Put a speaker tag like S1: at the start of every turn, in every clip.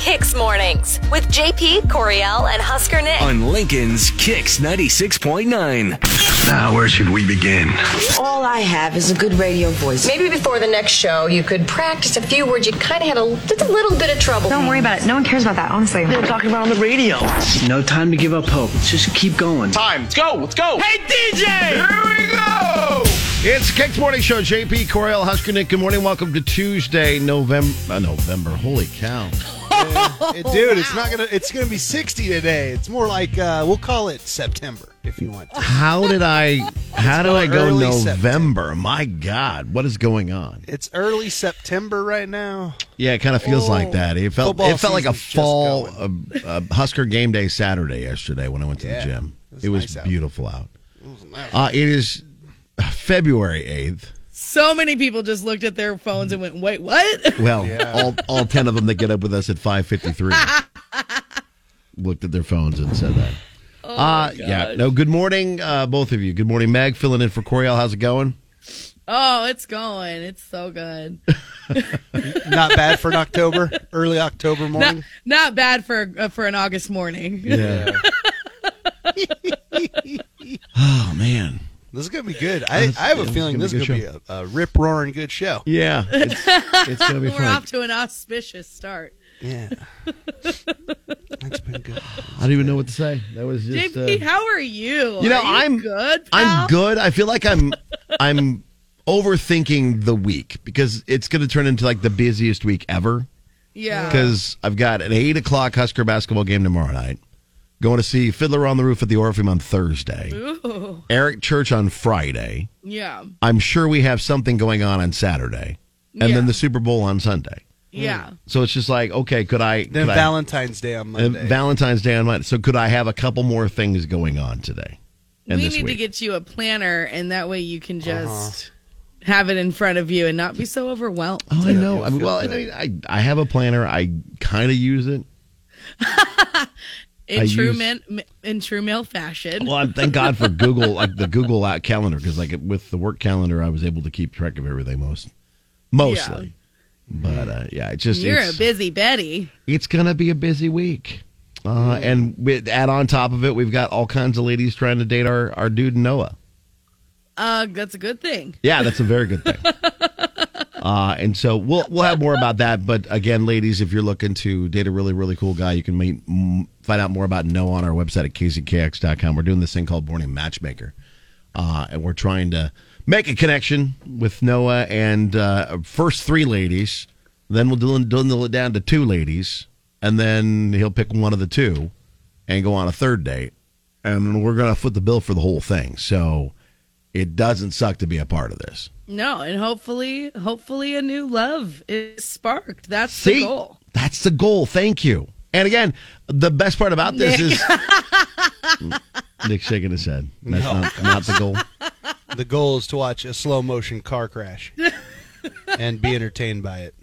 S1: Kicks Mornings with JP, Coriel, and Husker Nick.
S2: on Lincoln's Kicks 96.9.
S3: Now, where should we begin?
S4: All I have is a good radio voice.
S5: Maybe before the next show, you could practice a few words. You kind of had a, just a little bit of trouble.
S6: Don't worry about it. No one cares about that, honestly.
S7: We're talking about on the radio.
S8: No time to give up hope. Let's just keep going.
S7: Time. Let's go. Let's go. Hey, DJ.
S9: It's Kicks Morning Show. JP Coriel Husker Nick. Good morning. Welcome to Tuesday, November. Uh, November. Holy cow!
S10: dude, it's not gonna. It's gonna be sixty today. It's more like uh, we'll call it September if you want. To.
S9: How did I? How do I go
S10: early
S9: November? My God, what is going on?
S10: It's early September right now.
S9: Yeah, it kind of feels like that. It felt.
S10: Oh, Football
S9: it felt like a
S10: season's just
S9: fall uh, uh, Husker game day Saturday yesterday when I went to
S10: Yeah,
S9: the gym. It
S10: it
S9: was,
S10: was nice out.
S9: beautiful out. Uh, it is February eighth.
S11: So many people just looked at their phones and went, "Wait, what?"
S9: Well, all all ten of them that get up with us at five fifty three looked at their phones and said that. uh, yeah. No. Good morning, uh, both of you. Good morning, Meg, filling in for Coriel. How's it going?
S11: Oh, it's going. It's so good.
S10: Not bad for an October, early October morning.
S11: Not, not bad for uh, for an August morning.
S9: Yeah. oh man.
S10: This is gonna be good. I, I have a feeling
S9: gonna
S10: this
S9: be a
S10: is
S9: good
S10: gonna be a, a rip roaring good show.
S9: Yeah. It's, it's gonna be
S11: We're
S9: fun.
S11: off to an auspicious start.
S10: Yeah, that's been good.
S9: I don't even know what to say. That was just. uh,
S11: JP, how are you?
S9: you know,
S11: Are
S9: I'm
S11: good. pal?
S9: I'm good. I feel like I'm I'm overthinking the week because it's going to turn into like the busiest week ever.
S11: Yeah.
S9: because I've got an eight o'clock Husker basketball game tomorrow night. Going to see Fiddler on the Roof at the Orpheum on Thursday.
S11: Ooh.
S9: Eric Church on Friday.
S11: Yeah.
S9: I'm sure we have something going on on Saturday, and
S11: Yeah.
S9: then the Super Bowl on Sunday.
S11: Yeah.
S9: So it's just like, okay, could I?
S10: Then
S9: could I-
S10: Valentine's Day on
S9: and
S10: Monday.
S9: Valentine's Day on Monday. So could I have a couple more things going on today? And
S11: we
S9: this
S11: need to
S9: week? Uh-huh.
S11: get you a planner, and that way you can just have it in front of you and not be so overwhelmed.
S9: Oh, I know. I mean, well, I, mean, I I have a planner. I kind of use it. I
S11: In true
S9: use-
S11: men, m- in true male fashion.
S9: Well, I'm, thank God for Google, like the Google out calendar, because like with the work calendar, I was able to keep track of everything most, mostly. But uh, yeah, it just
S11: You're a
S9: it's,
S11: busy Betty.
S9: it's gonna be a busy week, uh, and with, add on top of it, we've got all kinds of ladies trying to date our our dude Noah.
S11: Uh, that's a good thing.
S9: Yeah, that's a very good thing. Uh, and so we'll we'll have more about that. But again, ladies, if you're looking to date a really really cool guy, you can meet, m- find out more about Noah on our website at kzkx.com. We're doing this thing called Morning Matchmaker, uh, and we're trying to make a connection with Noah and uh, first three ladies. Then we'll dwindle, dwindle it down to two ladies, and then he'll pick one of the two and go on a third date, and we're gonna foot the bill for the whole thing. So it doesn't suck to be a part of this.
S11: No, and hopefully, hopefully, a new love is sparked. That's the goal.
S9: That's the goal. Thank you. And again, the best part about this is Nick shaking his head. That's not, not the goal.
S10: The goal is to watch a slow motion car crash and be entertained by it.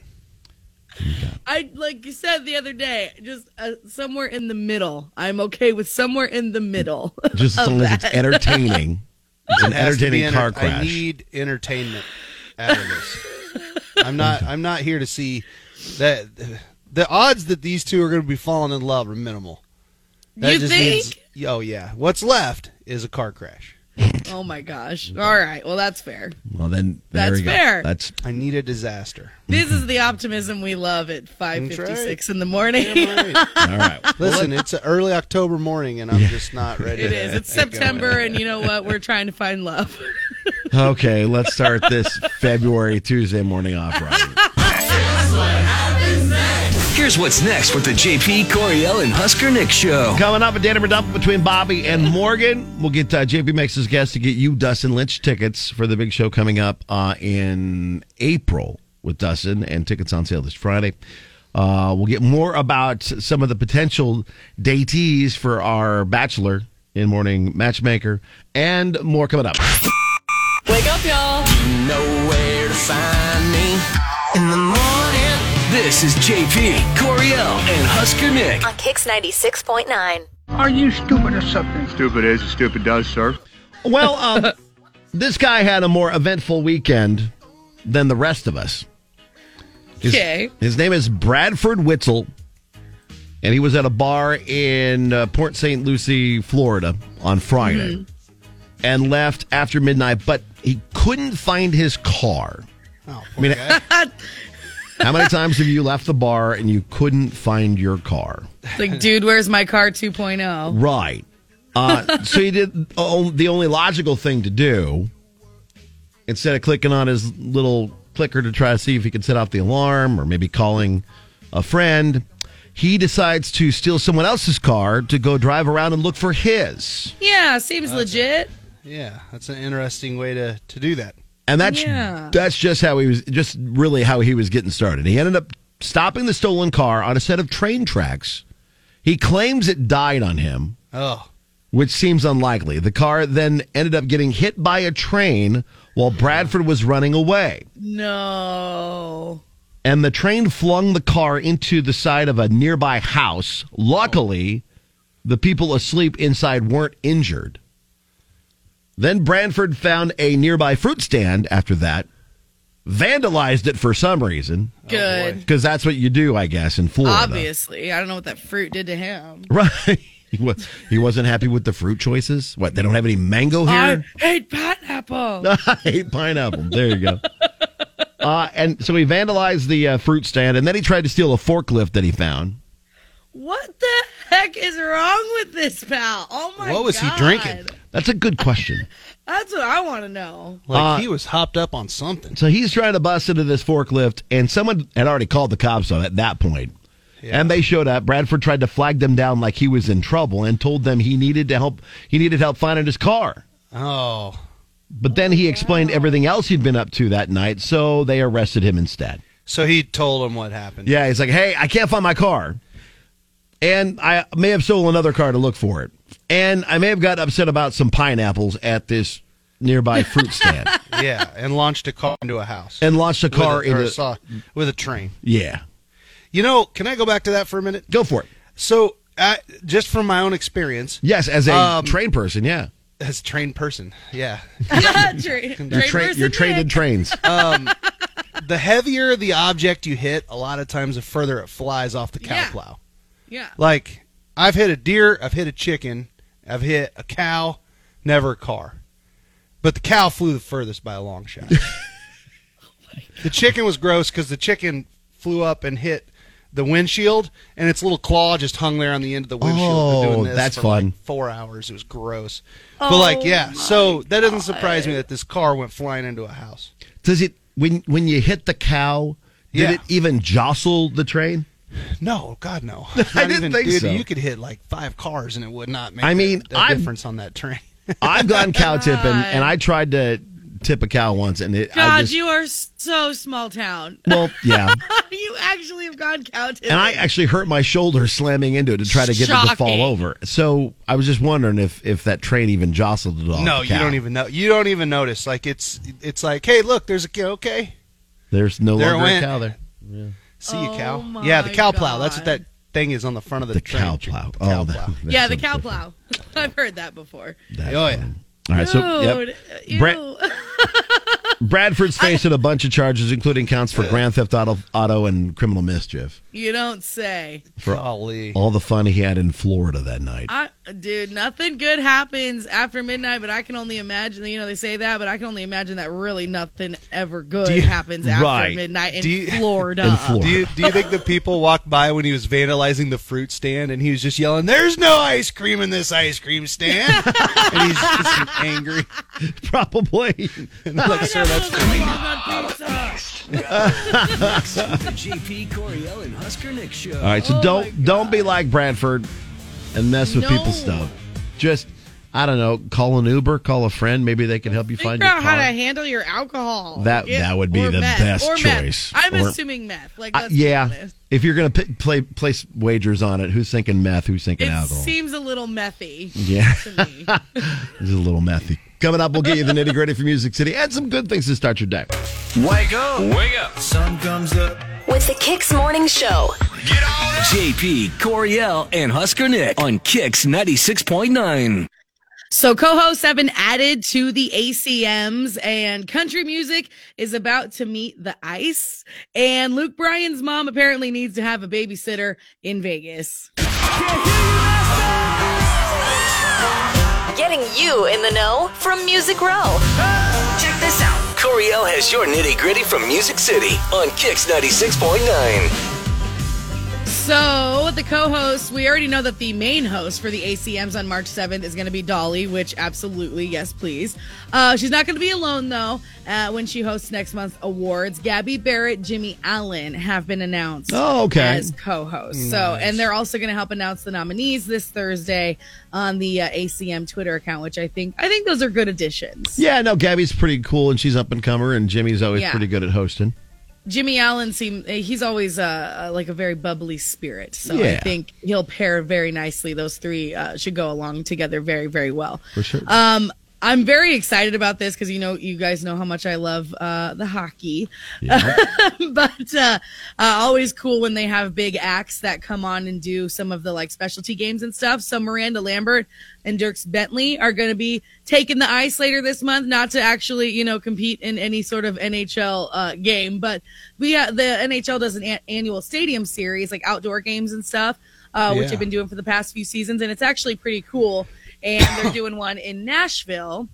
S11: I like you said the other day, just uh, somewhere in the middle. I'm okay with somewhere in the middle.
S9: Just as long as it's entertaining. It's an
S10: It has to be
S9: entertaining car
S10: enter-
S9: crash.
S10: I need entertainment out of this. I'm not. I'm not here to see that. The odds that these two are going to be falling in love are minimal. That
S11: You
S10: means- oh yeah. What's left is a car crash.
S11: oh my gosh! All right, well that's fair.
S9: well, then there
S11: That's
S9: we go.
S11: fair.
S9: That's
S10: I need a disaster.
S11: This is the optimism we love at 5:56 in the morning.
S9: all right.
S10: Listen, it's an early October morning, and I'm just not ready.
S11: It
S10: to
S11: is. It's
S10: get going.
S11: September, and you know what? We're trying to find love.
S9: Okay, let's start this February Tuesday morning off right.
S2: Here's what's next with the JP Coriel and Husker Nick show.
S9: Coming up, a Danny dump between Bobby and Morgan. We'll get uh, JP Makes his guest to get you Dustin Lynch tickets for the big show coming up uh, in April with Dustin, and tickets on sale this Friday. Uh, we'll get more about some of the potential datees for our Bachelor in Morning Matchmaker and more coming up.
S11: Wake up, y'all!
S2: Nowhere to find me in the morning. This is JP Coriel and Husker Nick.
S1: on Kicks 96.9.
S7: Are you stupid or something? Stupid is as stupid does, sir.
S9: Well, um, this guy had a more eventful weekend than the rest of us. His,
S11: Okay.
S9: His name is Bradford Witzel. and he was at a bar in uh, Port St. Lucie, Florida on Friday and left after midnight, but he couldn't find his car.
S10: Oh,
S9: I mean, how many times have you left the bar and you couldn't find your car?
S11: It's like, dude, where's my car oh? 2.0?
S9: Right. Uh, so he did oh, the only logical thing to do instead of clicking on his little clicker to try to see if he could set off the alarm or maybe calling a friend. He decides to steal someone else's car to go drive around and look for his.
S11: Yeah, seems legit.
S10: Yeah, that's an interesting way to, to do that.
S9: And that's
S11: Yeah.
S9: that's just how he was just really how he was getting started. He ended up stopping the stolen car on a set of train tracks. He claims it died on him,
S10: Oh,
S9: which seems unlikely. The car then ended up getting hit by a train while Bradford was running away.
S11: No.
S9: And the train flung the car into the side of a nearby house. Luckily, the people asleep inside weren't injured. Then Branford found a nearby fruit stand after that, vandalized it for some reason,
S11: Good.
S9: because that's what you do, I guess, in Florida.
S11: Obviously. I don't know what that fruit did to him.
S9: Right. He, wa- he wasn't happy with the fruit choices. What, they don't have any mango here?
S11: I hate pineapple.
S9: I hate pineapple. There you go. Uh, and so he vandalized the uh, fruit stand, and then he tried to steal a forklift that he found.
S11: What the heck is wrong with this pal? Oh my god.
S10: What was he drinking?
S9: That's a good question.
S11: That's what I want to know.
S10: like he was hopped up on something.
S9: So he's trying to bust into this forklift, and someone had already called the cops on it at that point. And they showed up. Bradford tried to flag them down like he was in trouble and told them he needed to help. He needed help finding his car.
S10: Oh,
S9: But then he explained everything else he'd been up to that night, so they arrested him instead.
S10: so he told him what happened.
S9: Yeah, he's like, hey, I can't find my car. And I may have sold another car to look for it. And I may have got upset about some pineapples at this nearby fruit stand
S10: yeah, and launched a car into a house
S9: and launched a car
S10: with a, or
S9: into.
S10: saw- with a train.
S9: yeah.
S10: You know, can I go back to that for a minute?
S9: Go for it.
S10: So, I, just from my own experience,
S9: Yes, as a
S10: Um,
S9: train person, yeah.
S10: as a trained person, yeah,
S11: Tra-
S9: You're,
S11: trade
S9: tra-
S11: person Uh,
S9: you're trained in
S11: Nick.
S9: trains.
S10: the heavier the object you hit, a lot of times the further it flies off the cow
S11: Yeah.
S10: plow.
S11: Yeah.
S10: Like I've hit a deer, I've hit a chicken, I've hit a cow, never a car. But the cow flew the furthest by a long shot. the chicken was gross because the chicken flew up and hit the windshield, and its little claw just hung there on the end of the windshield. Been
S9: Oh,
S10: doing this
S9: that's
S10: for
S9: fun.
S10: Like four hours. It was gross. but like, yeah. So that doesn't surprise me that this car went flying into a house.
S9: Does it when when you hit the cow? Did
S10: Yeah.
S9: it even jostle the train?
S10: No, God, no.
S9: I
S10: Not
S9: didn't think
S10: dude,
S9: so.
S10: You could hit like five cars, and it would not make.
S9: I mean,
S10: a, a
S9: I've-
S10: difference on that train.
S9: I've gone cow tipping, and I tried to tip a cow once, and it. I
S11: God,
S9: just,
S11: you are so small town.
S9: well, yeah,
S11: you actually have gone counted.
S9: and I actually hurt my shoulder slamming into it to try to get it to fall
S11: Shocking.
S9: over. So I was just wondering if if that train even jostled it off.
S10: no,
S9: the
S10: you
S9: cow.
S10: don't even know. You don't even notice. Like it's, it's like, hey, look, there's a cow. Okay,
S9: There's no
S10: There it
S9: longer a
S10: went.
S9: cow there.
S10: see you,
S11: Oh
S10: cow.
S11: my
S10: yeah, the cow plow. That's what
S11: God.
S10: that thing is on the front of the,
S9: The
S10: train.
S9: cow plow.
S10: The
S9: Oh,
S10: cow
S9: that-
S10: plow.
S9: that's
S11: yeah, the
S9: so
S11: cow
S9: different.
S11: plow. I've heard that before.
S9: That's
S10: Oh, yeah.
S9: funny. All right, so yep.
S11: Dude, ew.
S9: Brett- Bradford's facing a bunch of charges, including counts for grand theft auto, auto and criminal mischief.
S11: you don't say.
S10: Golly.
S9: All the fun he had in Florida that night.
S11: I, dude, nothing good happens after midnight, but I can only imagine. You know, they say that, but I can only imagine that really nothing ever good happens after
S9: right.
S11: midnight in
S10: Do you-
S11: Florida.
S9: In Florida.
S10: Uh-uh. Do you do you think the people walked by when he was vandalizing the fruit stand and he was just yelling, "There's no ice cream in this ice cream stand," and he's just angry.
S9: Probably.
S10: Look, sir, that's
S2: The JP Coriel and Husker Nick show.
S9: All right, so don't don't be like Bradford and mess with
S11: Oh No.
S9: people's stuff. Just I don't know, call an Uber, call a friend, maybe they can help you find
S11: Figure
S9: your
S11: out
S9: car.
S11: how to handle your alcohol.
S9: That- that would be
S11: or
S9: the
S11: meth,
S9: best
S11: or meth.
S9: choice.
S11: I'm
S9: Or-
S11: assuming meth. Like,
S9: I-
S11: let's
S9: yeah,
S11: be honest.
S9: if you're gonna p- play place wagers on it, who's thinking meth? Who's thinking
S11: It
S9: alcohol?
S11: seems a little methy
S9: yeah.
S11: to me.
S9: This is a little methy. Coming up, we'll get you the nitty gritty for Music City and some good things to start your day.
S2: Wake up. Wake up. Sun comes up.
S1: With the Kix Morning Show.
S2: JP Coriel and Husker Nick on Kix 96.9.
S11: So Coho 7 added to the ACMs and country music is about to meet the ice. And Luke Bryan's mom apparently needs to have a babysitter in Vegas.
S1: Getting you in the know from Music Row. Check this out.
S2: Coriel has your nitty gritty from Music City on Kix 96.9.
S11: So the co-host, we already know that the main host for the ACMs on March 7th is going to be Dolly, which absolutely, yes, please. Uh, she's not going to be alone though. Uh, when she hosts next month's awards, Gabby Barrett, Jimmy Allen have been announced.
S9: Oh, okay.
S11: As co-hosts. So, and they're also going to help announce the nominees this Thursday on the uh, ACM Twitter account, which I think I think those are good additions.
S9: Yeah, no, Gabby's pretty cool and she's up and comer, and Jimmy's always
S11: Yeah.
S9: pretty good at hosting.
S11: Jimmy Allen seems he's always uh, uh, like a very bubbly spirit, so I
S9: Yeah.
S11: think he'll pair very nicely. Those three uh, should go along together very, very well.
S9: For sure.
S11: Um, I'm very excited about this because you know you guys know how much I love uh, the hockey, but uh, uh, always cool when they have big acts that come on and do some of the like specialty games and stuff. So Miranda Lambert and Dirks Bentley are going to be taking the ice later this month, not to actually you know compete in any sort of NHL uh, game, but we ha- the NHL does an a- annual stadium series like outdoor games and stuff, uh, which
S10: Yeah.
S11: have been doing for the past few seasons, and it's actually pretty cool. And they're doing one in Nashville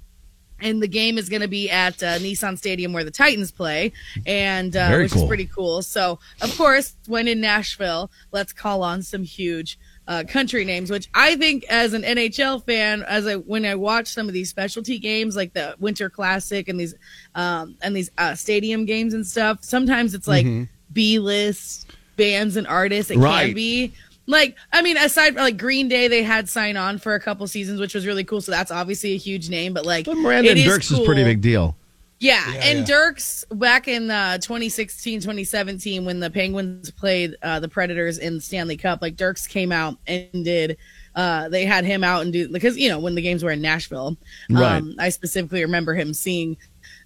S11: and the game is going to be at uh, Nissan Stadium where the Titans play, and uh,
S9: Very
S11: which
S9: cool.
S11: is pretty cool. So, of course, when in Nashville, let's call on some huge uh, country names, which I think as an NHL fan, as I when I watch some of these specialty games like the Winter Classic and these um, and these uh, stadium games and stuff, sometimes it's like B list bands and artists. It
S9: Mm-hmm. Right.
S11: can be. Like, I mean, aside like Green Day, they had sign on for a couple seasons, which was really cool. So that's obviously a huge name. But like,
S9: But Miranda
S11: it
S9: and Dirks is,
S11: cool.
S9: pretty big deal.
S11: Yeah, and
S10: yeah.
S11: Dirks back in uh, 2016, 2017, when the Penguins played uh, the Predators in the Stanley Cup, like Dirks came out and did. Uh, they had him out and do because you know when the games were in Nashville. um,
S9: Right.
S11: I specifically remember him seeing.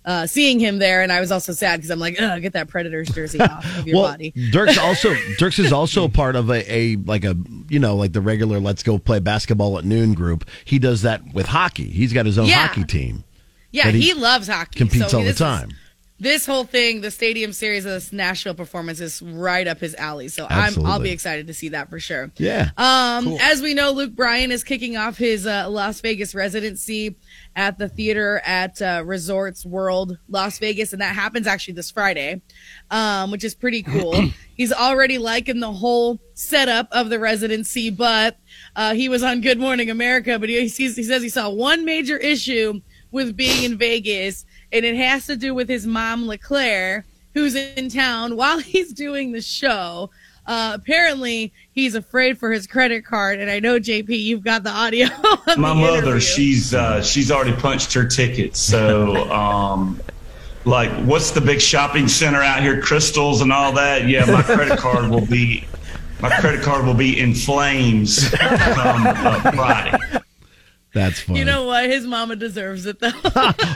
S11: Uh, seeing him there, and I was also sad because I'm like, "Ugh, get that Predators jersey off of your
S9: well,
S11: body."
S9: Dirks also Dirks is also part of a, a like a you know like the regular let's go play basketball at noon group. He does that with hockey. He's got his own
S11: Yeah.
S9: hockey team.
S11: Yeah,
S9: that he
S11: he, loves hockey.
S9: Competes
S11: so
S9: all the
S11: this is-
S9: time.
S11: this whole thing, the stadium series of this Nashville performance is right up his alley. So I'm, I'll
S9: Absolutely.
S11: be excited to see that for sure.
S9: yeah.
S11: Um, As we know, Luke Bryan is kicking off his uh, Las Vegas residency at the theater at uh, Resorts World Las Vegas, and that happens actually this Friday, um, which is pretty cool. He's already liking the whole setup of the residency, but uh, he was on Good Morning America, but he, he, sees, he says he saw one major issue with being in Vegas, and it has to do with his mom, LeClaire, who's in town while he's doing the show. Uh, apparently, he's afraid for his credit card, and I know JP, you've got the audio. of
S12: my
S11: the
S12: mother
S11: interview.
S12: she's uh, she's already punched her ticket so um like what's the big shopping center out here crystals and all that yeah my credit card will be my credit card will be in flames come uh, friday
S9: That's funny.
S11: You know what? His mama deserves it though.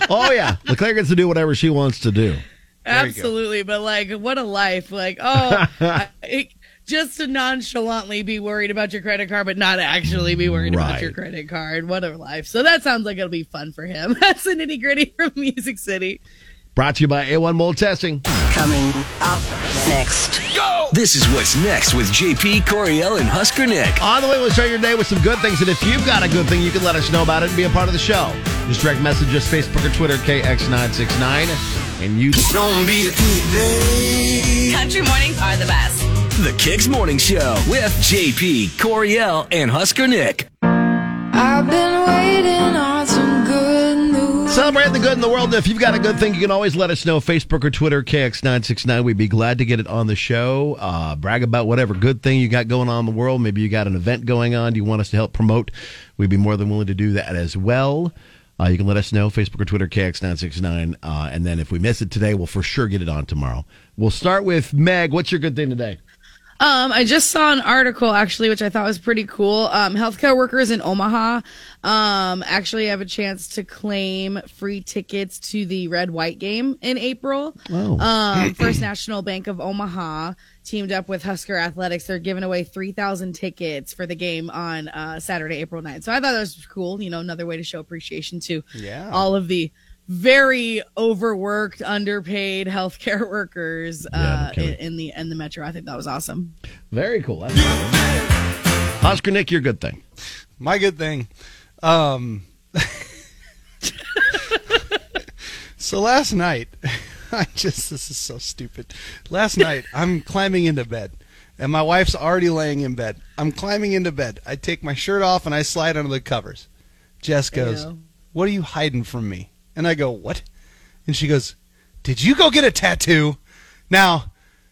S9: oh yeah, Leclerc gets to do whatever she wants to do.
S11: Absolutely, but like, what a life! Like, oh, I, it- just to nonchalantly be worried about your credit card, but not actually be worried about
S9: Right.
S11: your credit card. What a life! So that sounds like it'll be fun for him. That's the nitty gritty from Music City.
S9: Brought to you by A1 Mold Testing.
S2: Coming up next. Go! This is what's next with JP, Coriel, and Husker Nick.
S9: On the way, we'll start your day with some good things. And if you've got a good thing, you can let us know about it and be a part of the show. Just direct message us Facebook or Twitter, KX969. And you.
S2: Don't be today.
S1: Country mornings are the best.
S2: The Kix Morning Show with JP, Coriel, and Husker Nick.
S4: I've been waiting on some good news.
S9: Celebrate the good in the world. And if you've got a good thing, you can always let us know. Facebook or Twitter, KX969. We'd be glad to get it on the show. Uh, brag about whatever good thing you got going on in the world. Maybe you got an event going on you want us to help promote. We'd be more than willing to do that as well. Uh, you can let us know, Facebook or Twitter, KX969. Uh, and then if we miss it today, we'll for sure get it on tomorrow. We'll start with Meg. What's your good thing today?
S11: Um, I just saw an article actually, which I thought was pretty cool. Um, healthcare workers in Omaha um, actually have a chance to claim free tickets to the Red White game in April.
S9: Wow.
S11: Um, First National Bank of Omaha teamed up with Husker Athletics. They're giving away 3,000 tickets for the game on uh, Saturday, April 9th. So I thought that was cool. You know, another way to show appreciation to
S10: Yeah.
S11: all of the very overworked, underpaid healthcare workers uh, in,
S9: kidding.
S11: in the in the metro. I think that was awesome.
S9: Very cool. That's cool. Oscar Nick, your good thing.
S10: My good thing. Um, so last night, I just, this is so stupid. Last night, I'm climbing into bed, and my wife's already laying in bed. I'm climbing into bed. I take my shirt off and I slide under the covers. Jess goes,
S11: Ew.
S10: What are you hiding from me? And I go, What? And she goes, Did you go get a tattoo? Now,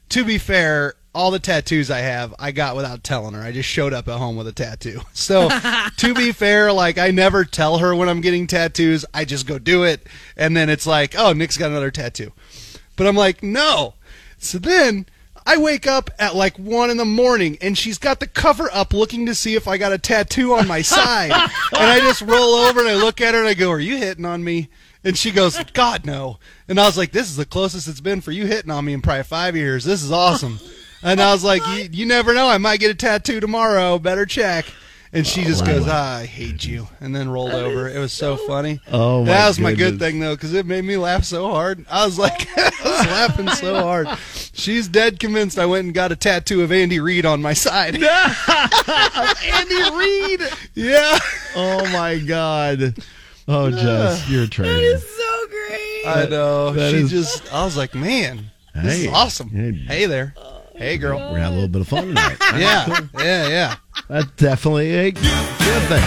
S10: to be fair, all the tattoos I have, I got without telling her. I just showed up at home with a tattoo. So, to be fair, like I never tell her when I'm getting tattoos. I just go do it, and then it's like, oh, Nick's got another tattoo. But I'm like, no. So then I wake up at like one in the morning, and she's got the cover up, looking to see if I got a tattoo on my side. and I just roll over and I look at her and I go, "Are you hitting on me?" And she goes, "God no." And I was like, "This is the closest it's been for you hitting on me in probably five years. This is awesome." And I was like, you, "You never know. I might get a tattoo tomorrow. Better check." And she
S9: Oh,
S10: just goes, ah, "I hate you," and then rolled over. It was so funny.
S9: Oh, my
S10: that was my good
S9: goodness.
S10: thing though, because it made me laugh so hard. I was like, I was laughing so hard. She's dead convinced I went and got a tattoo of Andy Reid on my side.
S9: Andy Reid.
S10: yeah.
S9: Oh my God. Oh, Jess, you're a
S11: That
S9: traitor.
S11: is so great.
S9: Uh,
S10: I know.
S9: that
S10: she
S9: is-
S10: just. I was like, man, this
S9: Hey.
S10: is awesome.
S9: Hey.
S10: Hey, there. hey, girl.
S9: We're having a little bit of fun tonight.
S10: Yeah, yeah, yeah.
S9: That's definitely a good thing.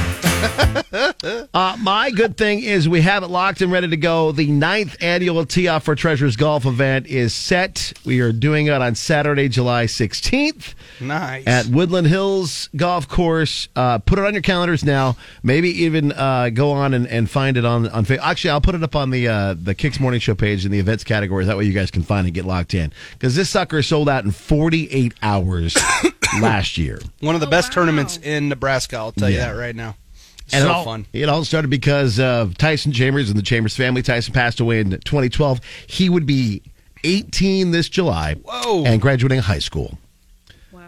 S9: uh, my good thing is we have it locked and ready to go. The ninth annual Tee Off for Treasures golf event is set. We are doing it on Saturday, July 16th
S10: Nice.
S9: at Woodland Hills Golf Course. Uh, put it on your calendars now. Maybe even uh, go on and, and find it on on Facebook. Actually, I'll put it up on the uh, the Kicks Morning Show page in the events category. That way, you guys can find and get locked in because this sucker sold out in 48 hours last year.
S10: One of the best tournaments in Nebraska. I'll tell
S9: Yeah.
S10: you that right now.
S9: And
S10: so
S9: it all,
S10: fun.
S9: It all started because of Tyson Chambers and the Chambers family. Tyson passed away in 2012. He would be 18 this July
S10: Whoa.
S9: and graduating high school.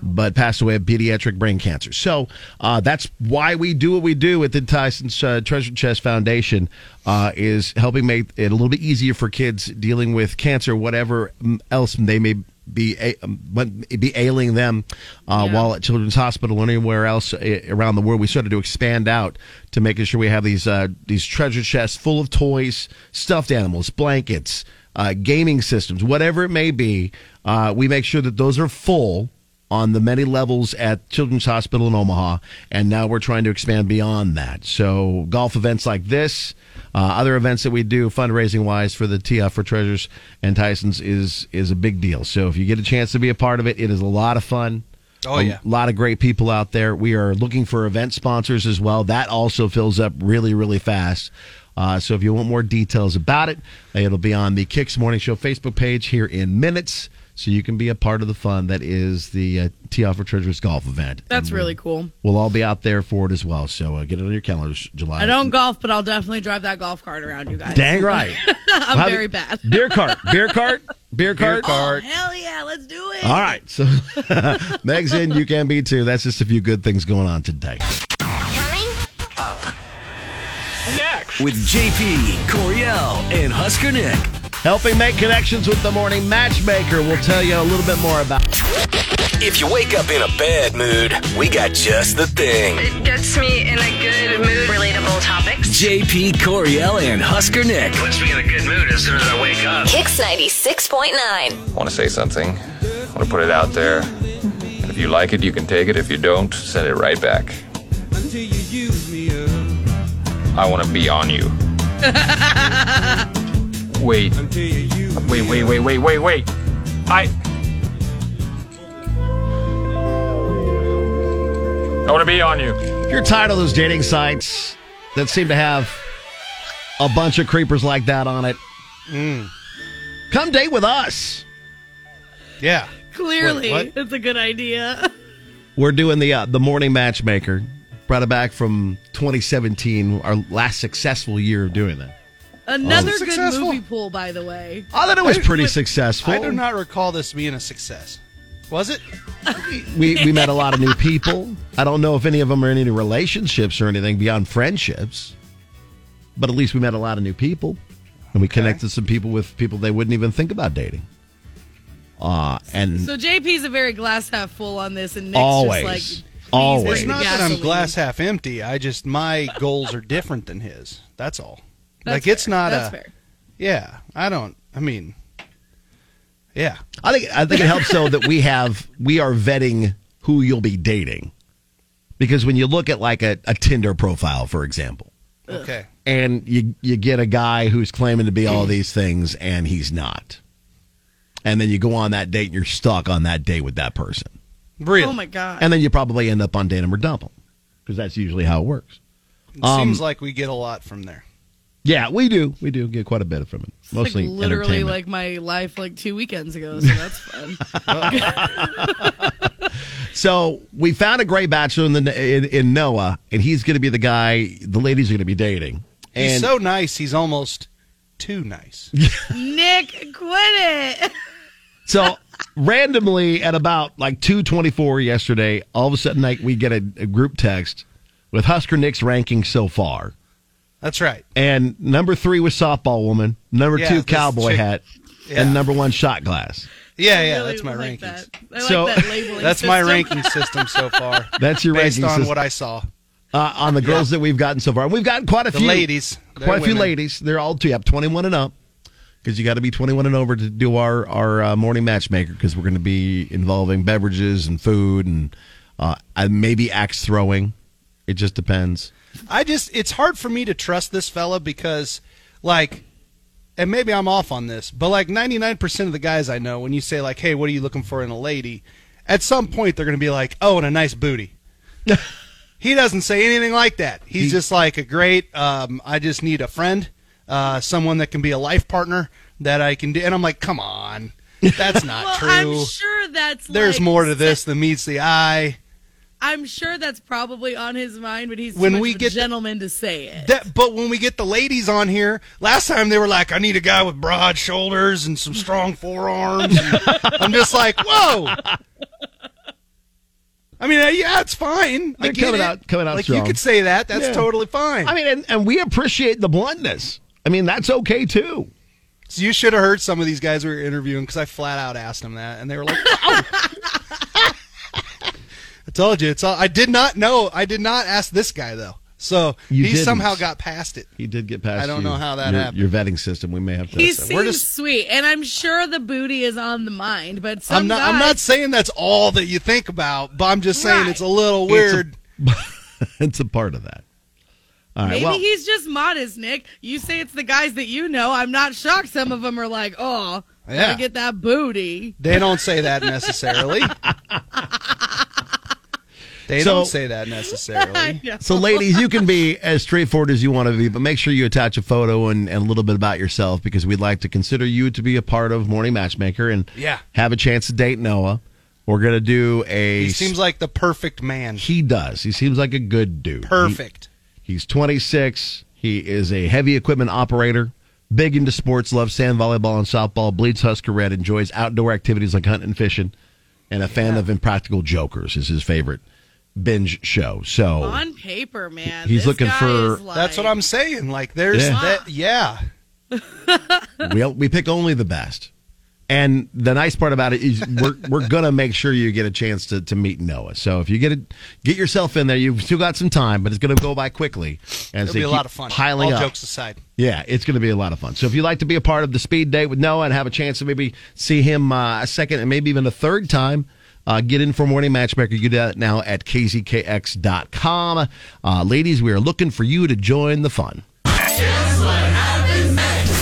S9: But passed away of pediatric brain cancer. So uh, that's why we do what we do with the Tyson's uh, Treasure Chest Foundation uh, is helping make it a little bit easier for kids dealing with cancer, whatever mm, else they may be a- um, but be ailing them uh,
S11: Yeah.
S9: while at Children's Hospital or anywhere else uh, around the world. We started to expand out to making sure we have these uh, these treasure chests full of toys, stuffed animals, blankets, uh, gaming systems, whatever it may be. Uh, we make sure that those are full on the many levels at Children's Hospital in Omaha, and now we're trying to expand beyond that. So golf events like this. Uh, other events that we do fundraising wise for the TF for Treasures and Tyson's is is a big deal. So if you get a chance to be a part of it, it is a lot of fun.
S10: Oh,
S9: A
S10: yeah.
S9: lot of great people out there. We are looking for event sponsors as well. That also fills up really, really fast. Uh, so if you want more details about it, it'll be on the Kicks Morning Show Facebook page here in minutes. So you can be a part of the fun that is the uh, Tee Off for Treasures golf event.
S11: That's
S9: And
S11: really cool.
S9: We'll all be out there for it as well. So uh, get it on your calendars, July.
S11: I don't golf, but I'll definitely drive that golf cart around you guys.
S9: Dang right.
S11: I'm
S9: How-
S11: very bad.
S9: Beer cart. Beer cart. Beer cart.
S11: Oh, hell yeah, let's do it.
S9: All right. So Meg's in. You can be too. That's just a few good things going on today.
S2: With JP, Coriel, and Husker Nick.
S9: Helping make connections with the morning matchmaker. We'll tell you a little bit more about.
S2: If you wake up in a bad mood, we got just the thing.
S6: It gets me in a good mood. Relatable topics.
S2: JP, Coriel, and Husker Nick.
S3: Puts me in a good mood as soon as I wake up.
S1: Kicks 96.9.
S13: want to say something. want to put it out there. And if you like it, you can take it. If you don't, send it right back. I want to be on you. wait. Wait, wait, wait, wait, wait, wait. I. I want to be on you.
S9: If you're tired of those dating sites that seem to have a bunch of creepers
S10: Mm.
S9: like that on it, come date with us.
S10: Yeah.
S11: Clearly,
S9: Wait,
S11: it's a good idea.
S9: We're doing the uh, the morning matchmaker. Brought it back from 2017, our last successful year of doing that.
S11: Another
S9: Oh.
S11: good
S10: Successful.
S11: movie pool, by the way.
S9: I thought it was pretty successful.
S10: I do not recall this being a success. Was it?
S9: We we met a lot of new people. I don't know if any of them are in any relationships or anything beyond friendships, but at least we met a lot of new people, and we connected some people with people they wouldn't even think about dating. Uh and
S11: So JP's a very glass half full on this, and Nick's
S9: Always.
S11: just like,
S9: Always.
S10: It's not that I'm
S11: Gasoline.
S10: glass half empty. I just my goals are different than his. That's all.
S11: That's
S10: like it's
S11: fair.
S10: not
S11: That's
S10: a.
S11: fair.
S10: Yeah, I don't. I mean, yeah.
S9: I think I think it helps though that we have we are vetting who you'll be dating. Because when you look at like a, a Tinder profile, for example,
S10: Okay.
S9: and you you get a guy who's claiming to be all these things and he's not. And then you go on that date and you're stuck on that date with that person.
S10: Really?
S11: Oh my god!
S9: And then you probably end up on date 'em or dump 'em, because that's usually how it works.
S10: It
S9: Um,
S10: seems like we get a lot from there.
S9: Yeah, we do. We do get quite a bit from it.
S11: It's
S9: Mostly
S11: like literally
S9: entertainment.
S11: like my life like two weekends ago, so that's fun.
S9: So we found a great bachelor in, the, in, in Noah, and he's going to be the guy the ladies are going to be dating.
S10: he's
S9: And
S10: so nice. He's almost too nice.
S11: Nick, quit it.
S9: so randomly at about like 2.24 yesterday, all of a sudden like, we get a, a group text with Husker Nick's ranking so far.
S10: That's right.
S9: And number three was softball woman, number
S10: Yeah,
S9: two
S10: this
S9: cowboy
S10: chick-
S9: hat,
S10: yeah.
S9: and number one shot glass.
S10: Yeah,
S11: I
S10: yeah.
S11: really
S10: that's my rankings.
S11: like that. I like
S9: So-
S11: that labeling.
S10: That's my
S11: system.
S10: ranking system so far.
S9: That's your
S10: based
S9: ranking
S10: on
S9: system.
S10: what I saw.
S9: Uh, on the girls that we've gotten so far, and we've gotten quite a
S10: The
S9: few
S10: ladies. They're
S9: quite a few
S10: women.
S9: ladies. They're all two up, twenty-one and up, because you got to be twenty-one and over to do our our uh, morning matchmaker. Because we're going to be involving beverages and food and uh, and maybe axe throwing. It just depends.
S10: I just it's hard for me to trust this fella because like and maybe I'm off on this, but like 99% of the guys I know when you say like, "Hey, what are you looking for in a lady?" at some point they're going to be like, "Oh, and a nice booty." he doesn't say anything like that. He's just like a great um, I just need a friend, uh, someone that can be a life partner that I can do. And I'm like, "Come on. That's not
S11: Well,
S10: true."
S11: I'm sure that's
S10: There's
S11: like-
S10: more to this than meets the eye.
S11: I'm sure that's probably on his mind, but he's
S10: When
S11: too much
S10: we
S11: of a
S10: get the-
S11: gentleman to say it.
S10: That, but when we get the ladies on here, last time they were like, "I need a guy with broad shoulders and some strong forearms." And I'm just like, "Whoa!" I mean, uh, yeah, it's fine. I
S9: They're
S10: get
S9: coming
S10: it.
S9: out- coming out
S10: like you
S9: strong.
S10: could say that. That's
S9: Yeah.
S10: totally fine.
S9: I mean, and, and we appreciate the bluntness. I mean, that's okay too.
S10: so you should have heard some of these guys we were interviewing because I flat out asked them that, and they were like, "Wow." I told you, it's all. I did not know. I did not ask this guy though, so
S9: You
S10: he
S9: didn't.
S10: somehow got past it.
S9: He did get past.
S10: I don't
S9: you-
S10: know how that
S9: your,
S10: happened.
S9: Your vetting system. We may have to.
S11: He
S9: so-
S11: seems
S10: We're just-
S11: sweet, and I'm sure the booty is on the mind. But some
S10: I'm not. I'm
S11: guys-
S10: not saying that's all that you think about, but I'm just saying
S11: Right.
S10: it's a little
S9: It's a-
S10: weird.
S9: it's a part of that. All right.
S11: Maybe
S9: well,
S11: he's just modest, Nick. You say it's the guys that you know. I'm not shocked. Some of them are like, "Oh, I
S10: Yeah.
S11: gotta get that booty."
S10: they don't say that necessarily. they
S9: So-
S10: don't say that necessarily.
S11: Yeah.
S9: So, ladies, you can be as straightforward as you want to be, but make sure you attach a photo and, and a little bit about yourself because we'd like to consider you to be a part of Morning Matchmaker and
S10: Yeah.
S9: have a chance to date Noah. We're gonna do a.
S10: He seems like the perfect man.
S9: he does. He seems like a good dude.
S10: Perfect.
S9: He- he's 26. He is a heavy equipment operator. Big into sports, loves sand volleyball and softball. Bleeds Husker red. Enjoys outdoor activities like hunting and fishing, and a fan of Impractical Jokers is his favorite binge show. So
S11: On paper, man,
S9: He's
S11: this
S9: looking
S11: guy
S9: for-
S11: is like-
S10: That's what I'm saying. Like there's
S9: Yeah.
S10: that. Yeah.
S9: we we pick only the best. And the nice part about it is we're we're gonna make sure you get a chance to, to meet Noah. So if you get it, get yourself in there. You've still got some time, but it's gonna go by quickly. And
S10: It'll
S9: so
S10: be
S9: you
S10: a
S9: keep
S10: lot of fun.
S9: Piling
S10: All
S9: up.
S10: jokes aside.
S9: Yeah, it's going to be a lot of fun. So if you'd like to be a part of the speed date with Noah and have a chance to maybe see him uh, a second and maybe even a third time, uh, get in for Morning Matchmaker. You do that now at kzkx.com. Uh, ladies, we are looking for you to join the fun.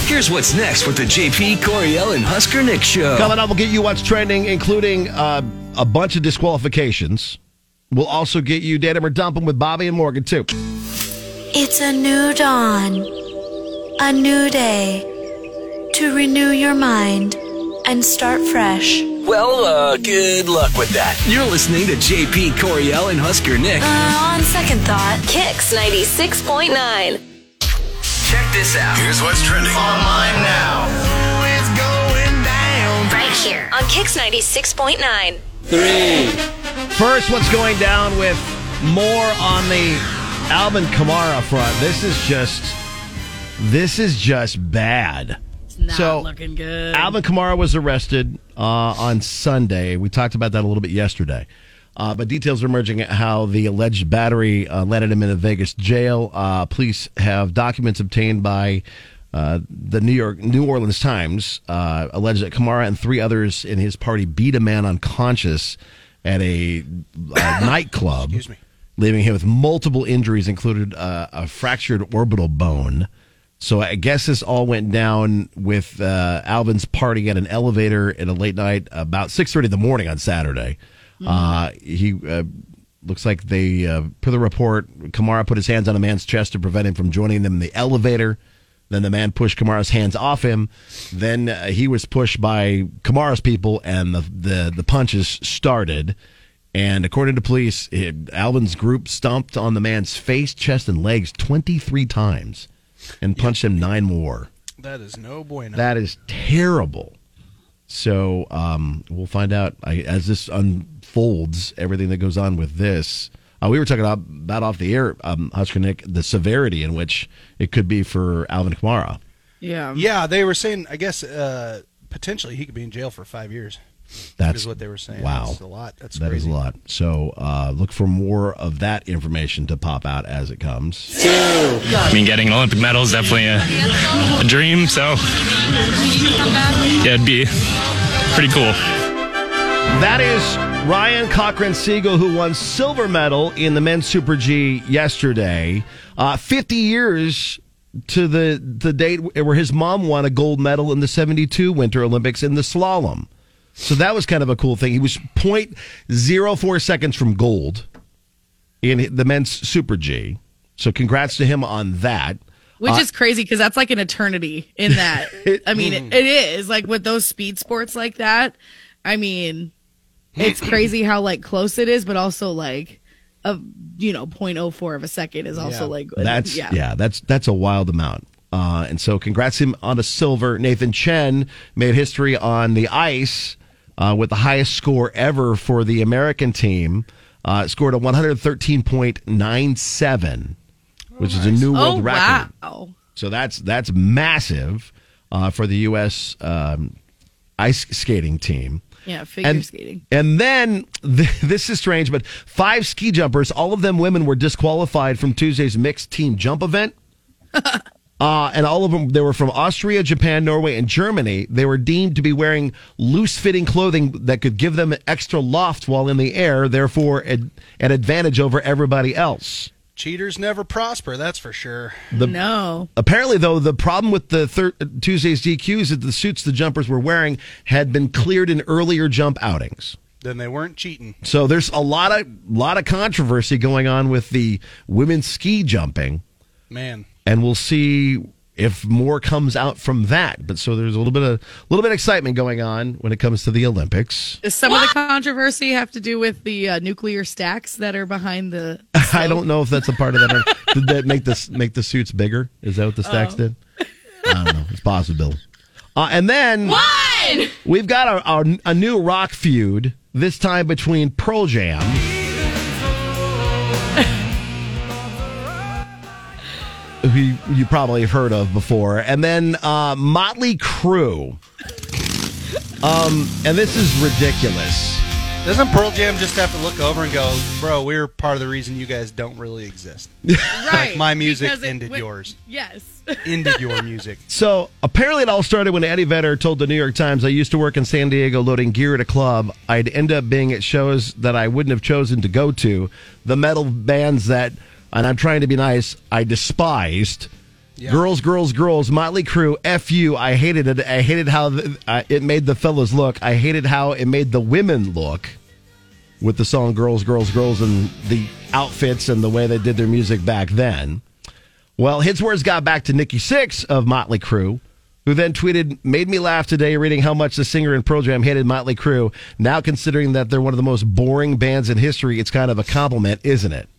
S2: Here's what's next with the JP Coriel and Husker Nick show.
S9: Coming up, we'll get you what's trending, including uh, a bunch of disqualifications. We'll also get you Datum or Dumping with Bobby and Morgan, too.
S14: It's a new dawn, a new day to renew your mind and start fresh.
S2: Well, uh, good luck with that. You're listening to JP Coriel and Husker Nick.
S14: Uh, on second thought,
S1: Kicks 96.9.
S2: Check this out. Here's what's trending online now. It's going down.
S1: Right here on Kicks 96.9.
S9: Three. First, what's going down with more on the Alvin Kamara front? This is just, this is just bad.
S11: It's not
S9: so,
S11: looking good.
S9: Alvin Kamara was arrested uh, on Sunday. We talked about that a little bit yesterday. Uh, but details are emerging at how the alleged battery uh, landed him in a Vegas jail. Uh, police have documents obtained by uh, the New York New Orleans Times uh, alleged that Kamara and three others in his party beat a man unconscious at a, uh nightclub,
S10: Excuse me.
S9: leaving him with multiple injuries, included uh, a fractured orbital bone. So I guess this all went down with uh, Alvin's party at an elevator at a late night, about six thirty in the morning on Saturday. Uh, he uh, looks like they, uh, per the report, Kamara put his hands on a man's chest to prevent him from joining them in the elevator. Then the man pushed Kamara's hands off him. Then uh, he was pushed by Kamara's people, and the the, the punches started. And according to police, it, Alvin's group stomped on the man's face, chest, and legs 23 times and punched him nine more.
S10: That is no bueno.
S9: That is terrible. So um, we'll find out I, as this unfolds, everything that goes on with this. Uh, we were talking about, about off the air, um, Husker Nick, the severity in which it could be for Alvin Kamara.
S11: Yeah.
S10: Yeah, they were saying. I guess uh, potentially he could be in jail for five years.
S9: That's
S10: is what they were saying.
S9: Wow,
S10: That's a lot. That's
S9: That is
S10: crazy.
S9: a lot. So uh, look for more of that information to pop out as it comes.
S15: I mean, getting Olympic medals definitely a, a dream. So yeah, it'd be pretty cool.
S9: That is Ryan Cochran Siegel, who won silver medal in the men's Super G yesterday. Uh, 50 years to the, the date where his mom won a gold medal in the 72 Winter Olympics in the slalom. So that was kind of a cool thing. He was 0.04 seconds from gold in the men's Super G. So congrats to him on that.
S11: Which
S9: Uh,
S11: is crazy because that's like an eternity in that. I mean, it, it is like with those speed sports like that. I mean, it's crazy how like close it is, but also like of you know 0.04 of a second is also like
S9: That's yeah. that's that's a wild amount. Uh, and so, congrats him on a silver. Nathan Chen made history on the ice uh, with the highest score ever for the American team. Uh, scored a 113.97, which is a new world
S11: Oh,
S9: record.
S11: wow.
S9: So that's that's massive uh, for the U.S. Um, ice skating team.
S11: Yeah, figure
S9: And-
S11: skating.
S9: And then th- this is strange, but five ski jumpers, all of them women, were disqualified from Tuesday's mixed team jump event. Uh, and all of them, they were from Austria, Japan, Norway, and Germany. They were deemed to be wearing loose fitting clothing that could give them extra loft while in the air, therefore, ad- an advantage over everybody else.
S10: Cheaters never prosper. That's for sure.
S9: The-
S11: no.
S9: Apparently, though, the problem with the thir- Tuesday's DQs is that the suits the jumpers were wearing had been cleared in earlier jump outings.
S10: Then they weren't cheating.
S9: So there's a lot of lot of controversy going on with the women's ski jumping,
S10: Man.
S9: and we'll see if more comes out from that. But so there's a little bit of little bit of excitement going on when it comes to the Olympics.
S11: Does some of the controversy have to do with the uh, nuclear stacks that are behind the?
S9: I don't know if that's a part of that. or- did that make this make the suits bigger? Is that what the stacks
S11: Oh.
S9: did? I don't know. It's possible. Uh, and then we've got a, a, a new rock feud. This time between Pearl Jam. who you, you probably have heard of before, and then uh, Motley Crue. Um, and this is ridiculous.
S10: Doesn't Pearl Jam just have to look over and go, bro? We're part of the reason you guys don't really exist.
S11: Right.
S10: my music
S11: because it
S10: ended
S11: went-
S10: yours.
S11: Yes.
S10: Ended your music.
S9: So apparently, it all started when Eddie Vedder told the New York Times, "I used to work in San Diego loading gear at a club. I'd end up being at shows that I wouldn't have chosen to go to. The metal bands that, and I'm trying to be nice, I despised." Girls, girls, girls. Motley Crue. F you. I hated it. I hated how th- uh, it made the fellas look. I hated how it made the women look with the song Girls, Girls, Girls and the outfits and the way they did their music back then. Well, his words got back to Nikki Six of Motley Crue, who who then tweeted, Made me laugh today reading how much the singer and Pearl Jam hated Motley Crue. Now, considering that they're one of the most boring bands in history, it's kind of a compliment, isn't it?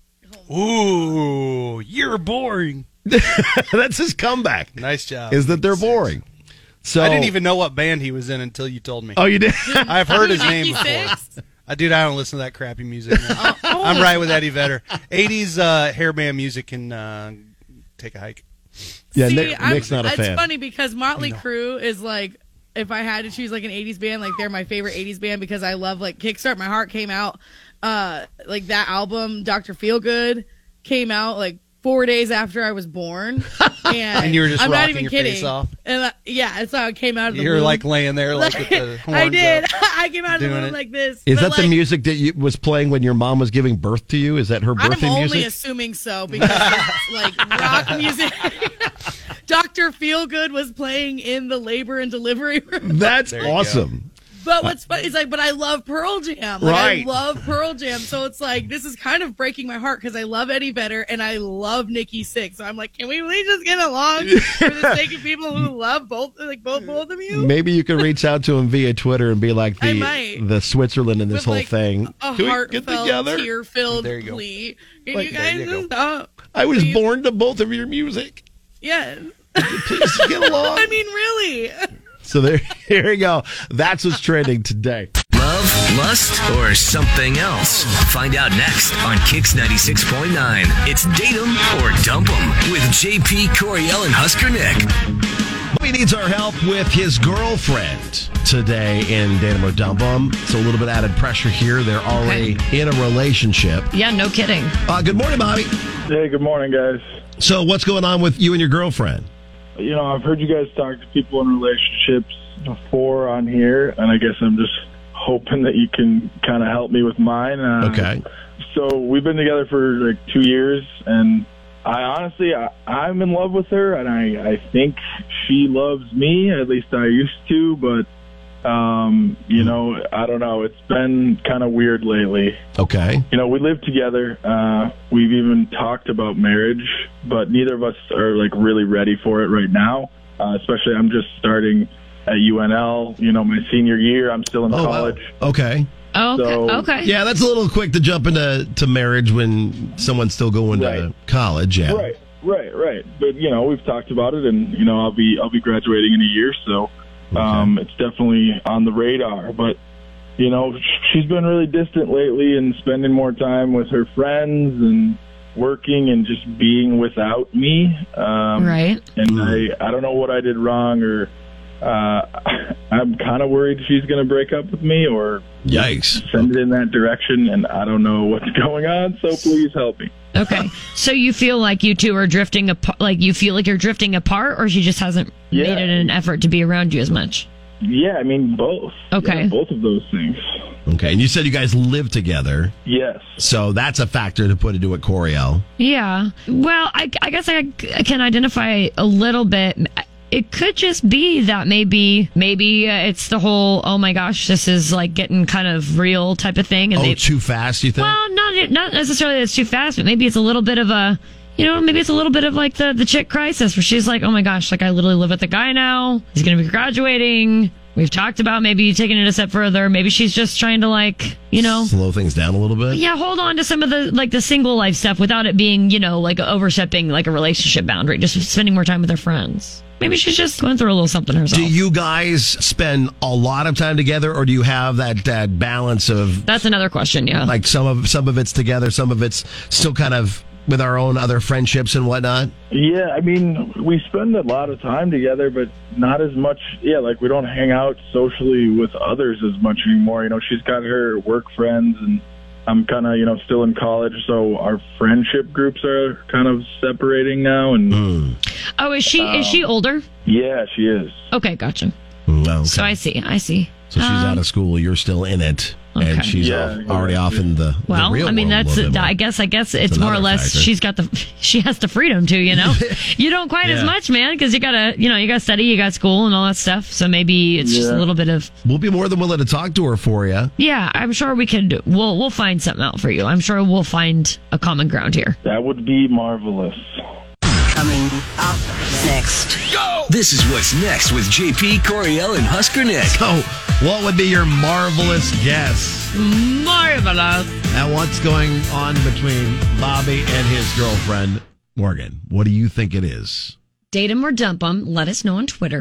S10: Ooh, you're boring.
S9: That's his comeback.
S10: Nice job.
S9: Is that they're boring. So
S10: I didn't even know what band he was in until you told me.
S9: Oh, you did?
S10: I've heard his name before. Uh, dude, I don't listen to that crappy music. now.
S11: Oh.
S10: I'm right with Eddie Vedder. 80s uh, hair band music can uh, take a hike.
S9: Yeah,
S11: See,
S9: Nick,
S11: I'm-
S9: Nick's not a
S11: it's
S9: fan.
S11: funny because Motley
S9: No.
S11: Crue is like, if I had to choose like an '80s band, like they're my favorite '80s band because I love like Kickstart My Heart came out, uh, like that album Doctor Feelgood came out like four days after I was born, and,
S10: And you were just
S11: I'm not
S10: rocking
S11: even
S10: your
S11: kidding.
S10: face off.
S11: And uh, yeah, that's how it came out of the.
S10: You're
S11: womb.
S10: like laying there like with the
S11: I
S10: horns
S11: did.
S10: up.
S11: I came out of the
S10: doing
S11: womb
S10: it.
S11: like this.
S9: Is
S11: But,
S9: that the
S11: like,
S9: music that you, was playing when your mom was giving birth to you? Is that her
S11: I'm
S9: birthday
S11: only
S9: music?
S11: assuming so because it's like rock music. Dr. Feelgood was playing in the labor and delivery room.
S9: That's awesome.
S11: But what's funny is like, but I love Pearl Jam. Like,
S9: Right.
S11: I love Pearl Jam. So it's like, this is kind of breaking my heart because I love Eddie Vedder and I love Nikki Six. So I'm like, can we really just get along for the sake of people who love both, like both, both of you?
S9: Maybe you could reach out to him via Twitter and be like
S11: I
S9: the
S11: might.
S9: the Switzerland in this whole thing.
S11: A
S9: Can we
S11: heartfelt, tear-filled
S9: There you go.
S11: plea. Can
S9: Like,
S11: you
S9: there
S11: guys
S9: you go.
S11: stop?
S9: I was born to both of your music.
S11: Yes.
S9: Please get along.
S11: I mean, really.
S9: So there, here you go. That's what's trending today.
S2: Love, lust, or something else? Find out next on Kix 96.9. It's Date 'em or Dump 'em with JP Coriel and Husker Nick.
S9: Bobby needs our help with his girlfriend today in Dynamo Dumbum. So a little bit added pressure here. They're already in a relationship.
S16: Yeah, no kidding.
S9: Uh, good morning, Bobby.
S17: Hey, good morning, guys.
S9: So what's going on with you and your girlfriend?
S17: You know, I've heard you guys talk to people in relationships before on here, and I guess I'm just hoping that you can kind of help me with mine. Uh,
S9: Okay.
S17: So we've been together for like two years, and I honestly, I, I'm in love with her, and I, I think she loves me. At least I used to, but um, you know, I don't know. It's been kind of weird lately.
S9: Okay.
S17: You know, we live together. Uh, we've even talked about marriage, but neither of us are like really ready for it right now. Uh, especially, I'm just starting at UNL. You know, my senior year. I'm still in
S9: Oh, wow.
S17: college.
S9: Okay.
S17: Oh, Okay, So- okay.
S9: Yeah, that's a little quick to jump into to marriage when someone's still going to college. Yeah.
S17: Right, right, right. But you know, we've talked about it, and you know, I'll be I'll be graduating in a year, so um, it's definitely on the radar. But you know, sh- she's been really distant lately, and spending more time with her friends and working and just being without me. Um,
S16: Right.
S17: And I I don't know what I did wrong, or uh, I'm kind of worried she's going to break up with me, or
S9: yikes,
S17: send it in that direction, and I don't know what's going on. So please help me.
S16: Okay. so you feel like you two are drifting apart, like you feel like you're drifting apart, or she just hasn't
S17: Yeah.
S16: made it an effort to be around you as much?
S17: Yeah, I mean both.
S16: Okay.
S17: Yeah, both of those things.
S9: Okay. And you said you guys live together.
S17: Yes.
S9: So that's a factor to put into it, Coriel.
S16: Yeah. Well, I, I guess I, I can identify a little bit. It could just be that maybe maybe uh, it's the whole oh my gosh this is like getting kind of real type of thing and
S9: Oh,
S16: they
S9: too fast, you think?
S16: well not not necessarily that it's too fast but maybe it's a little bit of a you know maybe it's a little bit of like the the chick crisis where she's like oh my gosh like I literally live with the guy now he's gonna be graduating we've talked about maybe taking it a step further maybe she's just trying to like you know
S9: slow things down a little bit.
S16: yeah, hold on to some of the like the single life stuff without it being, you know, like overstepping like a relationship boundary, just spending more time with her friends. Maybe she's just going through a little something herself.
S9: Do you guys spend a lot of time together, or do you have that that balance of?
S16: That's another question. Yeah,
S9: like some of some of it's together, some of it's still kind of with our own other friendships and whatnot.
S17: Yeah, I mean, we spend a lot of time together, but not as much. Yeah, like we don't hang out socially with others as much anymore. You know, she's got her work friends, and I'm kind of, you know, still in college, so our friendship groups are kind of separating now. And
S16: Oh, is she is
S9: um,
S16: she older?
S17: yeah, she is.
S16: Okay, gotcha.
S9: No.
S16: So I see, I see.
S9: So she's
S16: Um,
S9: out of school. You're still in it, and
S16: Okay.
S9: she's
S16: Yeah,
S9: off- already off in the the
S16: Well,
S9: real
S16: I mean
S9: world a
S16: that's
S9: little bit more.
S16: I guess I guess it's, more or
S9: another
S16: less
S9: factor.
S16: she's got the she has the freedom to you know you don't quite as
S9: Yeah.
S16: much man because you gotta you know you gotta study you got school and all that stuff so maybe it's just a
S9: Yeah.
S16: little bit of
S9: We'll be more than willing to talk to her for you.
S16: yeah I'm sure we could we'll we'll find something out for you I'm sure we'll find a common ground here
S17: That would be marvelous.
S18: Coming up next. Go!
S2: This is what's next with JP Coriel and Husker Nick.
S9: So, what would be your marvelous guess
S16: Marvelous.
S9: at what's going on between Bobby and his girlfriend Morgan? What do you think it is?
S16: Date 'em or dump 'em. Let us know on Twitter,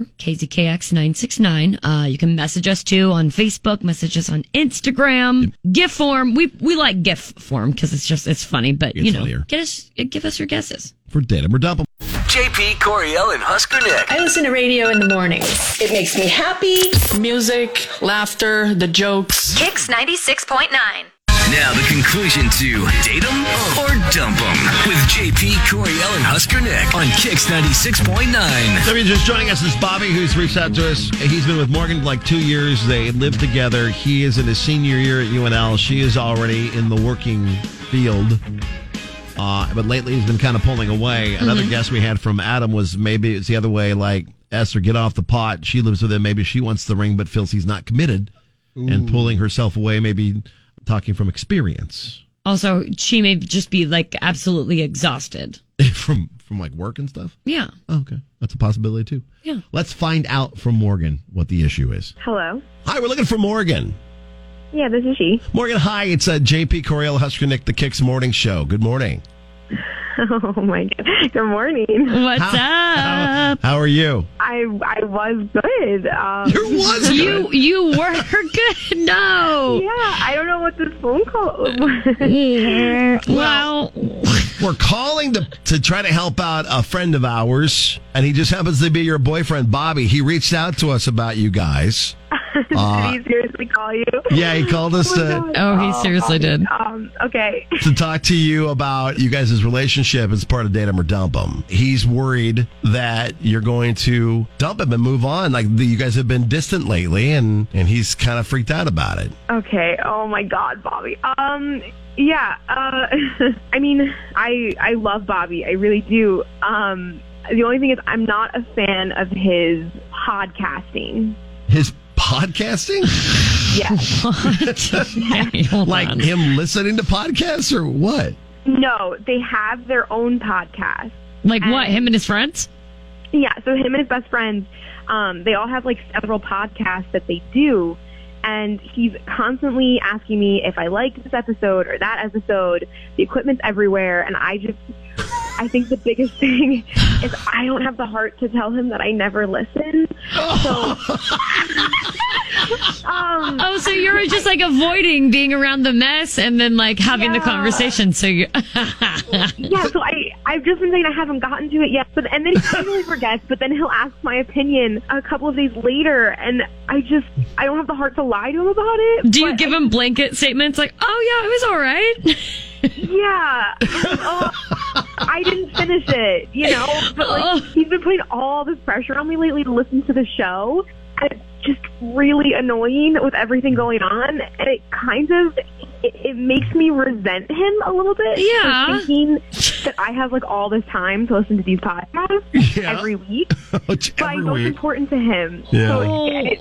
S16: KZKX969. Uh, you can message us too on Facebook, message us on Instagram, GIF form. We we like GIF form because it's just it's funny, but you
S9: It's
S16: know,
S9: funnier.
S16: get us give us your guesses.
S9: For datum or dump 'em?
S2: JP Coriel and Husker Nick.
S19: I listen to radio in the morning. It makes me happy. Music, laughter, the jokes.
S20: Kicks 96.9.
S2: Now the conclusion to date 'em or dump 'em with JP Coriel and Husker Nick on Kicks ninety six point nine.
S9: So if you're just joining us, this is Bobby who's reached out to us. He's been with Morgan for like two years. They live together. He is in his senior year at UNL. She is already in the working field. Uh, but lately he's been kind of pulling away.
S16: Mm-hmm.
S9: Another
S21: Mhm.
S9: guess we had from Adam was maybe it's the other way, like Esther, get off the pot. She lives with him. Maybe she wants the ring but feels he's not committed and
S16: Ooh.
S9: pulling herself away, maybe talking from experience.
S16: Also, she may just be like absolutely exhausted.
S9: from from like work and stuff?
S16: Yeah.
S9: Oh, okay. That's a possibility too.
S16: Yeah.
S9: Let's find out from Morgan what the issue is.
S22: Hello.
S9: Hi, we're looking for Morgan.
S22: Yeah, this is she.
S9: Morgan, hi. It's uh, JP Coriel Husker Nick, the Kicks Morning Show. Good morning.
S22: Oh my god. Good morning.
S16: What's
S9: How,
S16: up?
S9: how are you?
S22: I I was good. Um,
S9: you was
S16: You you were good. No.
S22: Yeah, I don't know what this phone call
S16: was. Well,
S9: we're calling to, to try to help out a friend of ours, and he just happens to be your boyfriend, Bobby. He reached out to us about you guys. Uh,
S22: Did he seriously call you?
S9: yeah, he called us
S22: my
S9: to-
S22: God.
S9: Oh, he seriously did.
S22: Um, okay.
S9: to talk to you about you guys' relationship as part of Date 'em or Dump 'em. He's worried that you're going to dump him and move on. Like the, you guys have been distant lately, and, and he's kind of freaked out about it.
S22: Okay. Oh my God, Bobby. Um. Yeah. Uh. I mean, I I love Bobby. I really do. Um. The only thing is, I'm not a fan of his podcasting.
S9: His podcasting?
S22: Yes.
S9: like him listening to podcasts or what?
S22: No, they have their own podcast.
S16: Like
S9: um,
S16: what? Him and his friends?
S22: Yeah, so him and his best friends, um, they all have like several podcasts that they do, and he's constantly asking me if I like this episode or that episode. The equipment's everywhere, and I just, I think the biggest thing is I don't have the heart to tell him that I never listen. So,
S9: Mm.
S22: um,
S16: Oh, so you're just like avoiding being around the mess and then like having the
S22: Yeah.
S16: conversation. So you
S22: yeah, so I I've just been saying I haven't gotten to it yet, but and then he totally forgets, but then he'll ask my opinion a couple of days later, and I just I don't have the heart to lie to him about it.
S16: do you give him blanket statements like, "Oh yeah, it was all right."
S22: Yeah, oh, I didn't finish it, you know. But like, he's been putting all this pressure on me lately to listen to the show, and it's just really annoying with everything going on, and it kind of. It, it makes me resent him a little bit. for
S16: Yeah.
S22: thinking that I have like all this time to listen to these podcasts every week.
S9: Which
S22: but I know it's important to him.
S9: Yeah.
S22: So, it- it-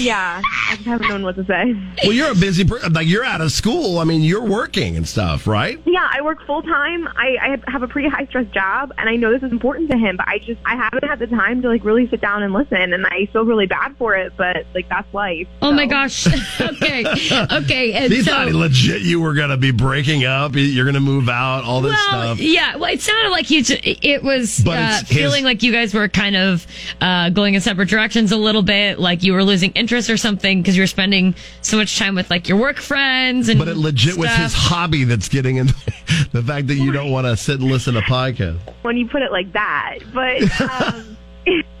S22: yeah, I just haven't known what to say.
S9: Well, you're a busy person. Like you're out of school. I mean, you're working and stuff, right?
S22: Yeah, I work full time. I, I have- have a pretty high stress job, and I know this is important to him. But I just I haven't had the time to like really sit down and listen, and I feel really bad for it. But like that's life.
S16: Oh my gosh. okay. Okay. And
S9: he
S16: so,
S9: thought legit you were gonna be breaking up. You're gonna move out. All this
S16: well,
S9: stuff.
S16: yeah. Well, it sounded like you. ju- It was
S9: But
S16: uh,
S9: it's his-
S16: feeling like you guys were kind of uh, going in separate directions a little bit. Like you were losing interest or something because you were spending so much time with like your work friends and.
S9: But it legit was his
S16: stuff.
S9: hobby that's getting in the fact that you don't want to sit and listen to podcasts.
S22: when you put it like that. But um,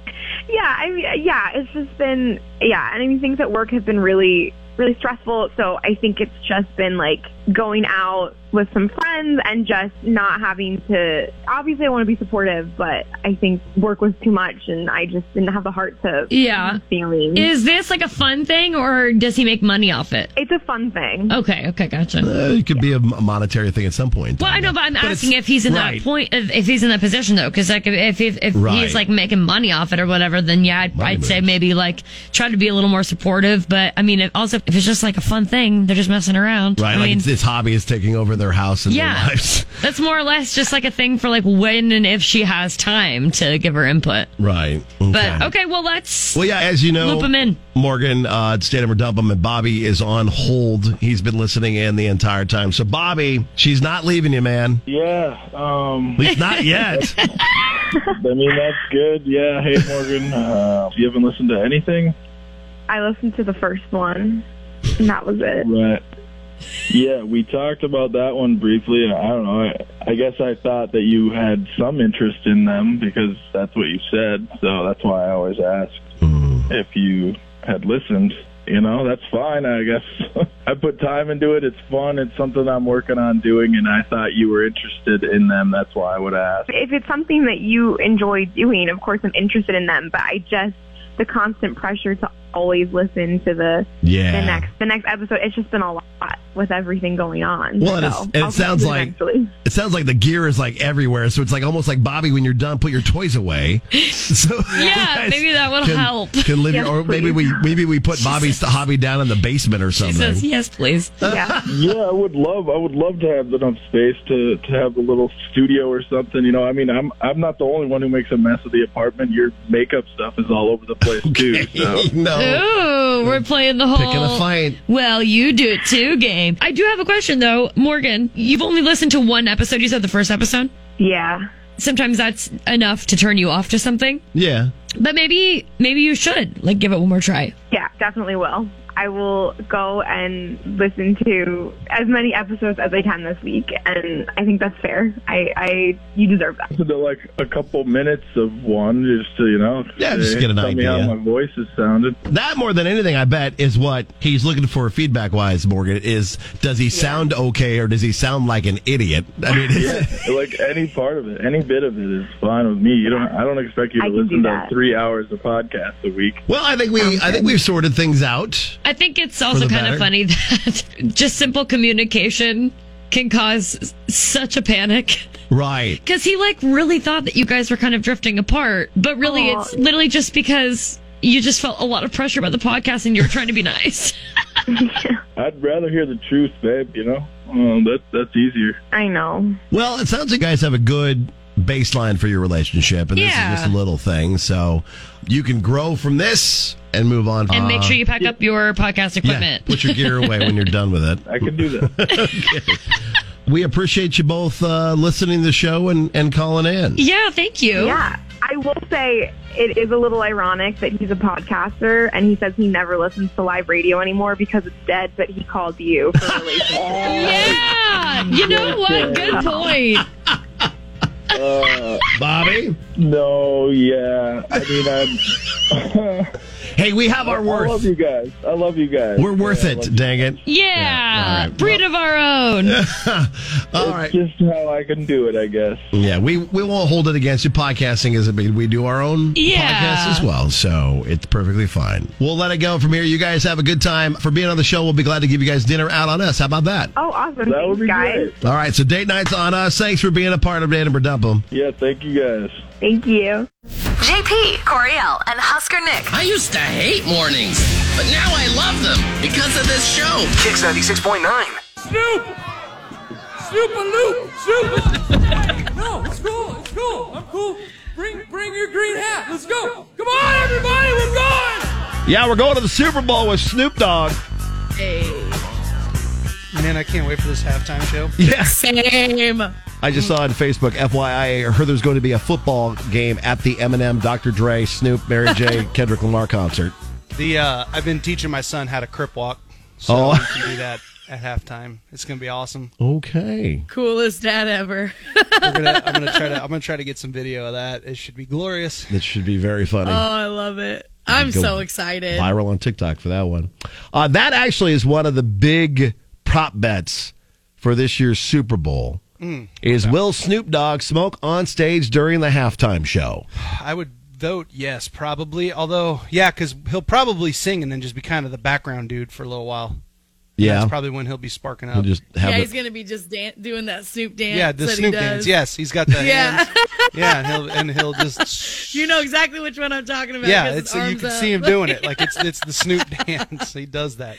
S22: yeah, I mean, yeah, it's just been yeah, and I mean things at work have been really really stressful. So I think it's just been like going out with some friends and just not having to. Obviously, I want to be supportive, but I think work was too much, and I just didn't have the heart to.
S16: Yeah.
S22: Feeling.
S16: Is this like a fun thing or does he make money off it?
S22: It's a fun thing.
S16: Okay. Okay. Gotcha.
S9: Uh, it could be a m- monetary thing at some point.
S16: Well, I know, but I'm
S9: But
S16: asking
S9: it's-
S16: if he's in
S9: right.
S16: that point, if, if he's in that position though, because like if if, if
S9: Right.
S16: he's like making money off it or whatever, then yeah, I'd, I'd say maybe like try to be a little more supportive. But I mean, if, also if it's just like a fun thing, they're just messing around. I
S9: Right, like
S16: mean,
S9: it's, this hobby is taking over their house and
S16: Yeah.
S9: their lives.
S16: That's more or less just like a thing for like when and if she has time to give her input.
S9: Right.
S16: But okay, well let's
S9: Well, yeah, as you know,
S16: loop them in.
S9: Morgan, uh, it's Datum or Dump 'em, and Bobby is on hold. He's been listening in the entire time. So, Bobby, she's not leaving you, man.
S17: Yeah. Um,
S9: At least not yet.
S17: I mean, that's good. Yeah. Hey, Morgan. Uh, you haven't listened to anything?
S22: I listened to the first one, and that was it.
S17: Right. Yeah, we talked about that one briefly. and I don't know. I, I guess I thought that you had some interest in them because that's what you said. So that's why I always asked if you had listened. You know, that's fine, I guess. I put time into it. It's fun. It's something I'm working on doing, and I thought you were interested in them. That's why I would ask.
S22: If it's something that you enjoy doing, of course I'm interested in them, but I just the constant pressure to always listen to the
S9: Yeah.
S22: the next the next episode. It's just been a lot with everything going on.
S9: Well, and,
S22: so
S9: it's, and
S22: I'll
S9: it sounds
S22: listen
S9: like
S22: eventually.
S9: it sounds like the gear is like everywhere. So it's like almost like Bobby, when you're done, put your toys away. So
S16: Yeah, maybe that will
S9: can,
S16: help.
S9: Can live, your- or maybe we maybe we put Bobby's hobby down in the basement or something.
S16: yes, please.
S17: Yeah. I would love I would love to have enough space to to have a little studio or something. You know, I mean, I'm I'm not the only one who makes a mess of the apartment. Your makeup stuff is all over the place too. So.
S9: Oh.
S16: Ooh, we're playing the whole
S17: Picking a fight.
S16: Well, you do it too game. I do have a question though, Morgan. You've only listened to one episode. You said the first episode.
S22: Yeah.
S16: Sometimes that's enough to turn you off to something.
S9: Yeah.
S16: But maybe maybe you should like give it one more try.
S22: Yeah, definitely will. I will go and listen to as many episodes as I can this week, and I think that's fair. I, I you deserve that.
S17: Listen to like a couple minutes of one, just to you know,
S9: Yeah, just
S17: say-
S9: get an
S17: tell me
S9: idea.
S17: how my voice has sounded.
S9: That more than anything, I bet, is what he's looking for feedback wise, Morgan. Is does he sound okay or does he sound like an idiot? I mean,
S17: yeah, like any part of it, any bit of it is fine with me. You don't, I don't expect you to listen to three hours of podcasts a week.
S9: well, I think we I think we've sorted things out.
S16: I think it's also
S9: the
S16: kind
S9: better.
S16: of funny that just simple communication can cause s- such a panic.
S9: Right.
S16: Because he like really thought that you guys were kind of drifting apart, but really
S22: Aw.
S16: it's literally just because you just felt a lot of pressure by the podcast and you were trying to be nice.
S17: I'd rather hear the truth, babe. You know, um, that that's easier.
S22: I know.
S9: Well, it sounds like you guys have a good baseline for your relationship, and
S16: Yeah.
S9: this is just a little thing, so you can grow from this and move on.
S16: and make
S9: Uh,
S16: sure you pack up your podcast
S9: yeah,
S16: equipment.
S9: put your gear away when you're done with it.
S17: I can do that.
S9: We appreciate you both uh, listening to the show and, and calling in.
S16: Yeah, thank you.
S22: Yeah. I will say it is a little ironic that he's a podcaster and he says he never listens to live radio anymore because it's dead, but he called you for a relationship.
S16: yeah. You know what? Good point.
S17: Uh,
S9: Bobby?
S17: No, yeah. I mean, I'm.
S9: hey, we have our
S17: worth. I love you guys. I love you guys.
S9: We're worth
S17: Yeah, I love
S9: it, dang it.
S16: Yeah. Breed of our own.
S9: All
S17: it's just how I can do it, I guess.
S9: Yeah, we, we won't hold it against you. Podcasting is a big, we do our own
S16: Yeah.
S9: podcast as well, so it's perfectly fine. We'll let it go from here. You guys have a good time. For being on the show, we'll be glad to give you guys dinner out on us. How about that?
S22: Oh, awesome. Thanks, guys.
S9: All right, so date night's on us. Thanks for being a part of Date 'em or Dump 'em.
S17: Yeah, thank you guys.
S22: Thank you.
S1: JP, Coriel, and Husker Nick.
S2: I used to hate mornings, but now I love them because of this show. Kicks 96.9.
S23: Snoop! Snoop a loop! Snoop! no, it's cool, it's cool, I'm cool. Bring bring your green hat, let's go! Come on, everybody, we're going!
S9: Yeah, we're going to the Super Bowl with Snoop Dogg.
S10: Man, I can't wait for this halftime show.
S9: Yeah.
S10: Same.
S9: I just saw on Facebook, FYI, I heard there's going to be a football game at the Eminem, Dr. Dre, Snoop, Mary J, Kendrick Lamar concert.
S10: The uh, I've been teaching my son how to crip walk, so
S9: Oh.
S10: we can do that at halftime. It's gonna be awesome.
S9: Okay.
S11: Coolest dad ever.
S10: We're gonna, I'm gonna try to I'm gonna try to get some video of that. It should be glorious.
S9: That should be very
S11: Oh,
S9: funny.
S11: I love it. I'm
S9: Go
S11: so excited.
S9: Viral on TikTok for that one. Uh, that actually is one of the big prop bets for this year's Super Bowl.
S10: Mm.
S9: Is will Snoop Dogg smoke on stage during the halftime show?
S10: I would vote yes, probably. Although, yeah, because he'll probably sing and then just be kind of the background dude for a little while. And
S9: Yeah.
S10: that's probably when he'll be sparking up.
S9: He'll just have
S11: yeah,
S9: it-
S11: he's gonna be just dan- doing that Snoop dance.
S10: yeah, the
S11: that he
S10: Snoop
S11: does.
S10: dance. Yes, he's got the
S11: Yeah.
S10: hands. Yeah, and he'll and he'll just
S11: You know exactly which one I'm talking about.
S10: yeah.
S11: because
S10: It's
S11: his
S10: you
S11: arms
S10: can
S11: up.
S10: see him doing it. Like it's it's the Snoop dance. He does that.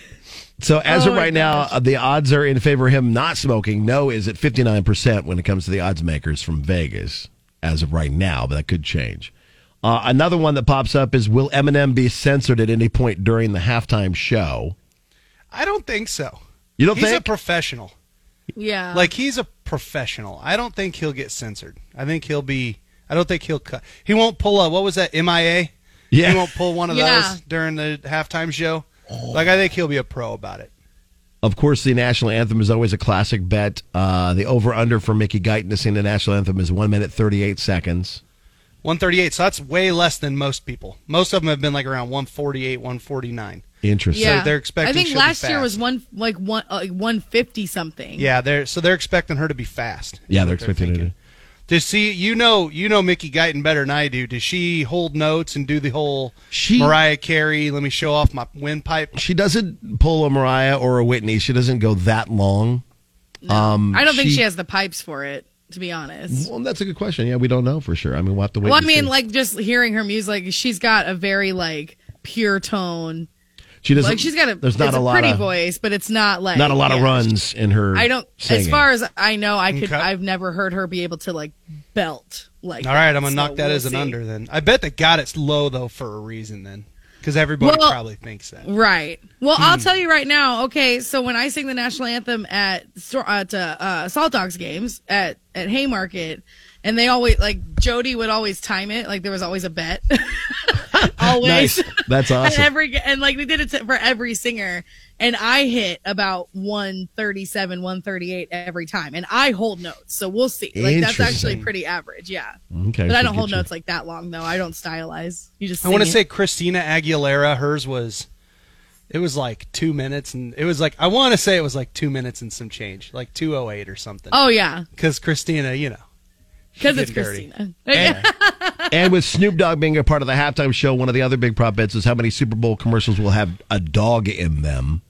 S9: So as
S18: Oh,
S9: of
S18: my
S9: right now, uh, the odds are in favor of him not smoking. No is at 59% when it comes to the odds makers from Vegas as of right now, but that could change. Uh, another one that pops up is will Eminem be censored at any point during the halftime show?
S10: I don't think so.
S9: You don't
S10: he's
S9: think?
S10: a professional.
S11: Yeah.
S10: Like he's a professional. I don't think he'll get censored. I think he'll be. I don't think he'll cut. He won't pull a what was that MIA?
S9: Yeah.
S10: He won't pull one of
S11: Yeah.
S10: those during the halftime show. Like I think he'll be a pro about it.
S9: Of course, the national anthem is always a classic bet. Uh, the over under for Mickey Guyton to sing the national anthem is one minute thirty eight seconds.
S10: 138. So that's way less than most people. Most of them have been like around 148, 149.
S9: Interesting.
S10: So they're expecting.
S11: I think
S10: she'll be
S11: last year
S10: fast.
S11: was one like one uh, like one fifty something.
S10: Yeah, they're so they're expecting her to be fast.
S9: Yeah, they're expecting it.
S10: Does she? You know, you know Mickey Guyton better than I do. Does she hold notes and do the whole
S9: She-
S10: Mariah Carey? Let me show off my windpipe.
S9: She doesn't pull a Mariah or a Whitney. She doesn't go that long. Um,
S11: I don't think she has the pipes for it. To be honest.
S9: Well, that's a good question. Yeah, we don't know for sure. I mean, we'll have to wait.
S11: Well, I
S9: and see.
S11: mean, like just hearing her music, she's got a very like pure tone.
S9: she doesn't.
S11: like she's got a
S9: There's not
S11: it's
S9: a, lot
S11: pretty
S9: of
S11: voice, but it's not like
S9: not a lot of
S11: yeah.
S9: runs in her.
S11: I don't. As
S9: singing.
S11: far as I know, I could.
S10: Okay.
S11: I've never heard her be able to like belt like.
S10: All right,
S11: that,
S10: I'm gonna
S11: so
S10: knock that
S11: we'll
S10: as an
S11: see.
S10: under. Then I bet that got it's low though for a reason. Then because everybody
S11: Well-
S10: probably thinks that.
S11: Right. Well, I'll
S10: Hmm.
S11: tell you right now. Okay, so when I sing the national anthem at Stor- at uh, uh, Salt Dogs games at at Haymarket, and they always like Jody would always time it. Like there was always a bet. always.
S9: Nice. That's awesome.
S11: At every and like we did it to- for every singer, and I hit about one thirty seven, one thirty eight every time, and I hold notes. So we'll see. Like that's actually
S10: Interesting.
S11: pretty average. Yeah.
S9: Hmm. Okay,
S11: But I
S9: so
S11: don't
S9: get
S11: hold
S9: you-
S11: notes like that long though. I don't stylize. You just.
S10: I want to
S11: sing it.
S10: say Christina Aguilera. Hers was, it was like two minutes, and it was like I want to say it was like two minutes and some change, like two oh eight or something.
S11: Oh yeah,
S10: Because Christina, you know,
S11: because
S10: She
S11: it's
S10: did dirty.
S11: Christina.
S9: and with Snoop Dogg being a part of the halftime show, one of the other big prop bets is how many Super Bowl commercials will have a dog in them.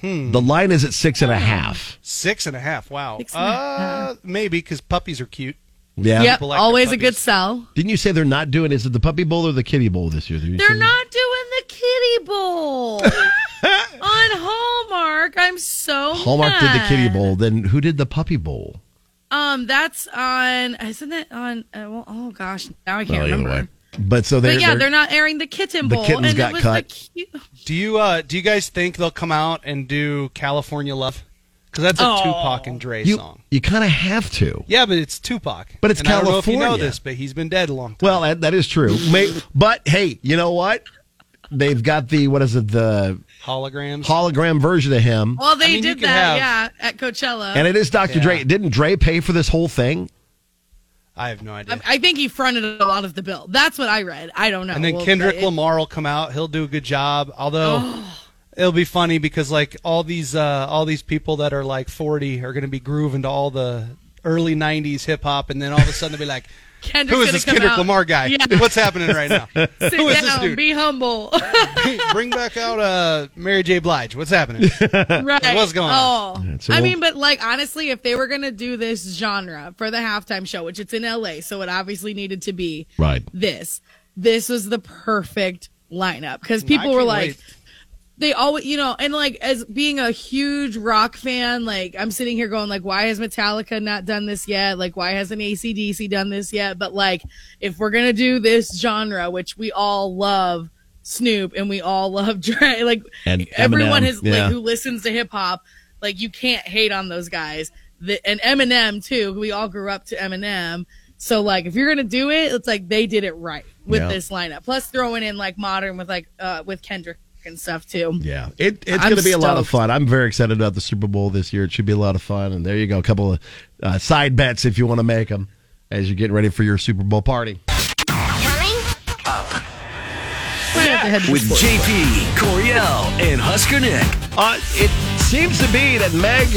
S11: Hmm.
S9: The line is at six and a half.
S10: six and a half. Wow.
S11: and a
S10: uh, maybe because puppies are cute.
S9: Yeah.
S11: Yep.
S10: People like their
S11: Always a good sell.
S9: Didn't you say they're not doing? Is it the Puppy Bowl or the Kitty Bowl this year? Did you say
S11: They're
S9: that?
S11: not doing the kitty bowl on Hallmark. I'm so
S9: Hallmark did the
S11: mad.
S9: Kitty Bowl. Then who did the Puppy Bowl?
S11: Um, that's on. Isn't it on? Uh, well, oh gosh, now I can't
S9: either
S11: remember.
S9: way. But so they're,
S11: But yeah, they're,
S9: they're-
S11: not airing the kitten
S9: the
S11: bowl,
S9: kittens
S11: and
S9: got
S11: it was
S9: cut.
S11: the cute.
S10: Do you uh do you guys think they'll come out and do California Love? Because that's a
S11: Oh.
S10: Tupac and Dre
S9: you.
S10: song.
S9: You kind of have to.
S10: Yeah, but it's Tupac.
S9: But it's
S10: And I don't know if you know
S9: California.
S10: this, but he's been dead a long.
S9: Well, that, that is true. May, but hey, you know what? They've got the what is it the
S10: Holograms.
S9: hologram version of him,
S11: Well, they
S10: I mean, you
S11: did
S10: could
S11: that,
S10: have-
S11: yeah, at Coachella.
S9: and it is Dr. Dre. Didn't Dre pay for this whole thing?
S10: I have no idea.
S11: I, I think he fronted a lot of the bill. That's what I read. I don't know.
S10: and then
S11: Well,
S10: Kendrick
S11: it-
S10: Lamar will come out. He'll do a good job. Although it'll be funny because like all these uh, all these people that are like 40 are going to be grooving to all the early 90s hip hop, and then all of a sudden they'll be like,
S11: Kendrick's
S10: "Who is
S11: gonna
S10: this
S11: come
S10: Kendrick
S11: out.
S10: Lamar guy?
S11: Yeah.
S10: What's happening right now?
S11: Sit
S10: Who is this
S11: down,
S10: dude?
S11: Be humble.
S10: Bring back out uh, Mary J. Blige. What's happening?
S11: right.
S10: What's going on?
S11: Oh.
S10: Yeah, so
S11: I
S10: we'll-
S11: mean, but like honestly, if they were gonna do this genre for the halftime show, which it's in LA, so it obviously needed to be
S9: Right.
S11: this. This was the perfect lineup because people were
S5: can't
S11: like,
S5: wait.
S11: they always, you know, and like as being a huge rock fan, like I'm sitting here going, like, why has Metallica not done this yet? Like, why hasn't ACDC done this yet? But like, if we're gonna do this genre, which we all love. Snoop and we all love Dre. Like
S9: And
S11: everyone
S9: Eminem,
S11: is
S9: yeah.
S11: like who listens to hip hop, like you can't hate on those guys. The, and Eminem too. We all grew up to Eminem. So like, if you're gonna do it, it's like they did it right with
S9: Yeah.
S11: this lineup. Plus throwing in like modern with like uh with Kendrick and stuff too.
S9: Yeah, it, it's
S11: I'm
S9: going to be a lot of
S11: stoked.
S9: fun. I'm very excited about the Super Bowl this year. It should be a lot of fun. And there you go, a couple of uh, side bets if you want to make them as you're getting ready for your Super Bowl party.
S2: With JP, Coriel, and Husker Nick.
S9: Uh, it seems to be that Meg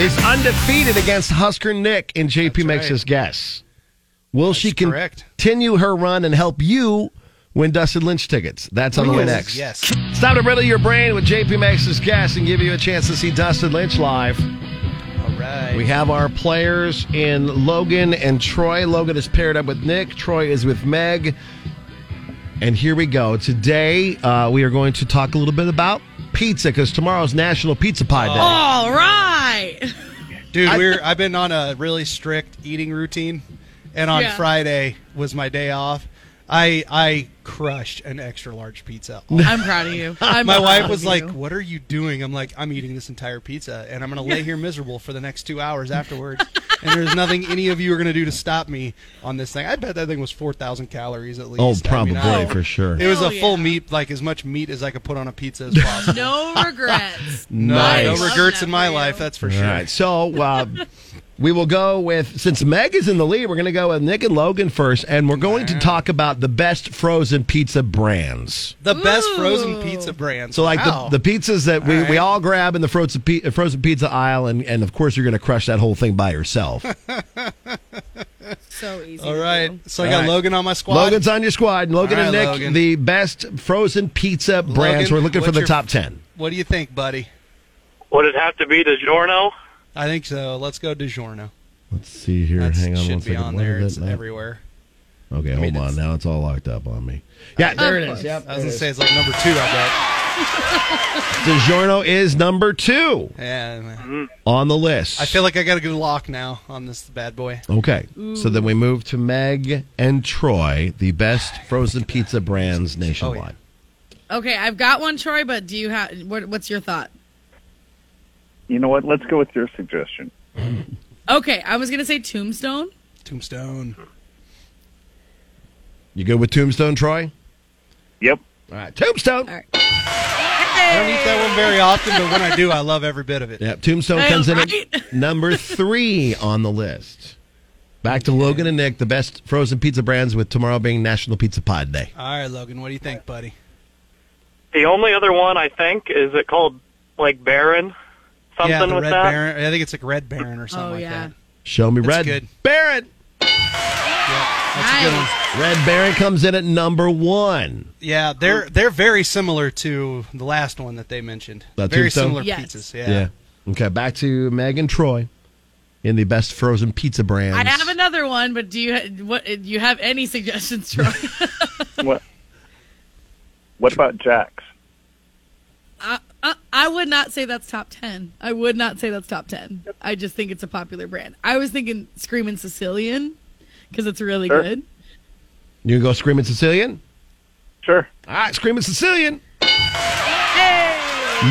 S9: is undefeated against Husker Nick, and JP makes his guess. Will she con- continue her run and help you win Dustin Lynch tickets? That's on the way
S18: Yes.
S9: next. Yes. It's time to riddle your brain with JP Max's guess and give you a chance to see Dustin Lynch live.
S10: All right.
S9: We have our players in Logan and Troy. Logan is paired up with Nick. Troy is with Meg. And here we go. Today, uh, we are going to talk a little bit about pizza because tomorrow's National Pizza Pie Day.
S11: All right.
S10: Dude, we're I've been on a really strict eating routine, and on
S11: Yeah.
S10: Friday was my day off. I I crushed an extra large pizza.
S11: I'm proud of you. I'm
S10: my
S11: proud
S10: wife
S11: of
S10: was
S11: you.
S10: like, "What are you doing?" I'm like, "I'm eating this entire pizza, and I'm gonna lay here miserable for the next two hours afterwards." and there's nothing any of you are gonna do to stop me on this thing. I bet that thing was four thousand calories at least.
S9: Oh,
S10: I mean, I-
S9: probably, for sure.
S10: It was
S9: Hell
S10: a full meat, like as much meat as I could put on a pizza as possible.
S11: No regrets.
S10: No,
S9: Nice.
S10: no regrets in my life, that's for
S9: All
S10: sure.
S9: right, so uh, we will go with since Meg is in the lead, we're going to go with Nick and Logan first, and we're going to talk about the best frozen pizza brands.
S10: The best frozen pizza brands.
S9: So, like
S10: Wow.
S9: the, the pizzas that we, we all grab in the frozen pi- uh, frozen pizza aisle, and, and of course you're going to crush that whole thing by yourself.
S11: so easy.
S10: All right. So I
S9: All
S10: got
S9: right.
S10: Logan on my squad.
S9: Logan's on your squad. Logan
S10: All right,
S9: and Nick,
S10: Logan.
S9: the best frozen pizza brands.
S10: Logan,
S9: we're looking for
S10: what's
S9: the
S10: your-
S9: top ten.
S10: What do you think, buddy?
S2: Would it have to be DiGiorno?
S10: I think so. Let's go DiGiorno.
S9: Let's see here. Hang on
S10: should
S9: one
S10: be
S9: second.
S10: on
S9: What
S10: there.
S9: is
S10: It's
S9: it now?
S10: everywhere.
S9: Okay, hold on. now it's all locked up on me. Yeah, there it is. Yep,
S10: I was
S9: there
S10: gonna
S9: it
S10: say it's like number two. I
S9: DiGiorno is number two
S10: bet. Yeah.
S2: Mm-hmm.
S10: man.
S9: on the list.
S10: I feel like I got a good lock now on this bad boy.
S9: Okay, so then we move to Meg and Troy, the best frozen pizza
S10: Oh,
S9: brands nationwide.
S11: Okay, I've got one, Troy. But do you have what, what's your thought?
S24: You know what? Let's go with your suggestion.
S11: Okay, I was gonna say Tombstone.
S10: Tombstone.
S9: You good with Tombstone, Troy?
S24: Yep.
S9: All right, Tombstone.
S10: I don't eat that one very often, but when I do, I love every bit of it.
S9: Yep, Tombstone
S10: All
S9: comes in
S10: right.
S9: at number three on the list. Back to Logan and Nick, the best frozen pizza brands, with tomorrow being National Pizza Pod Day.
S10: All right, Logan. What do you think, buddy?
S2: The only other one I think is it called like Baron, something
S10: yeah, the
S2: with
S10: Red
S2: that.
S10: Baron. I think it's like Red Baron or something like that.
S9: Show me red.
S10: good.
S9: Baron.
S10: That's a good one.
S9: Red Baron comes in at number one.
S10: Yeah, they're they're very similar to the last one that they mentioned.
S9: That
S10: very
S9: Tombstone?
S10: similar
S11: Yes.
S10: pizzas. Yeah.
S9: Okay, back to Meg and Troy in the best frozen pizza brands.
S11: I have another one, but do you what? Do you have any suggestions, Troy?
S24: What? What about Jack's?
S11: I, I, I would not say that's top 10. I would not say that's top 10. I just think it's a popular brand. I was thinking Screaming Sicilian because it's really
S9: Sure.
S11: good.
S9: You gonna go screaming Sicilian?
S24: Sure.
S9: All right, screaming Sicilian.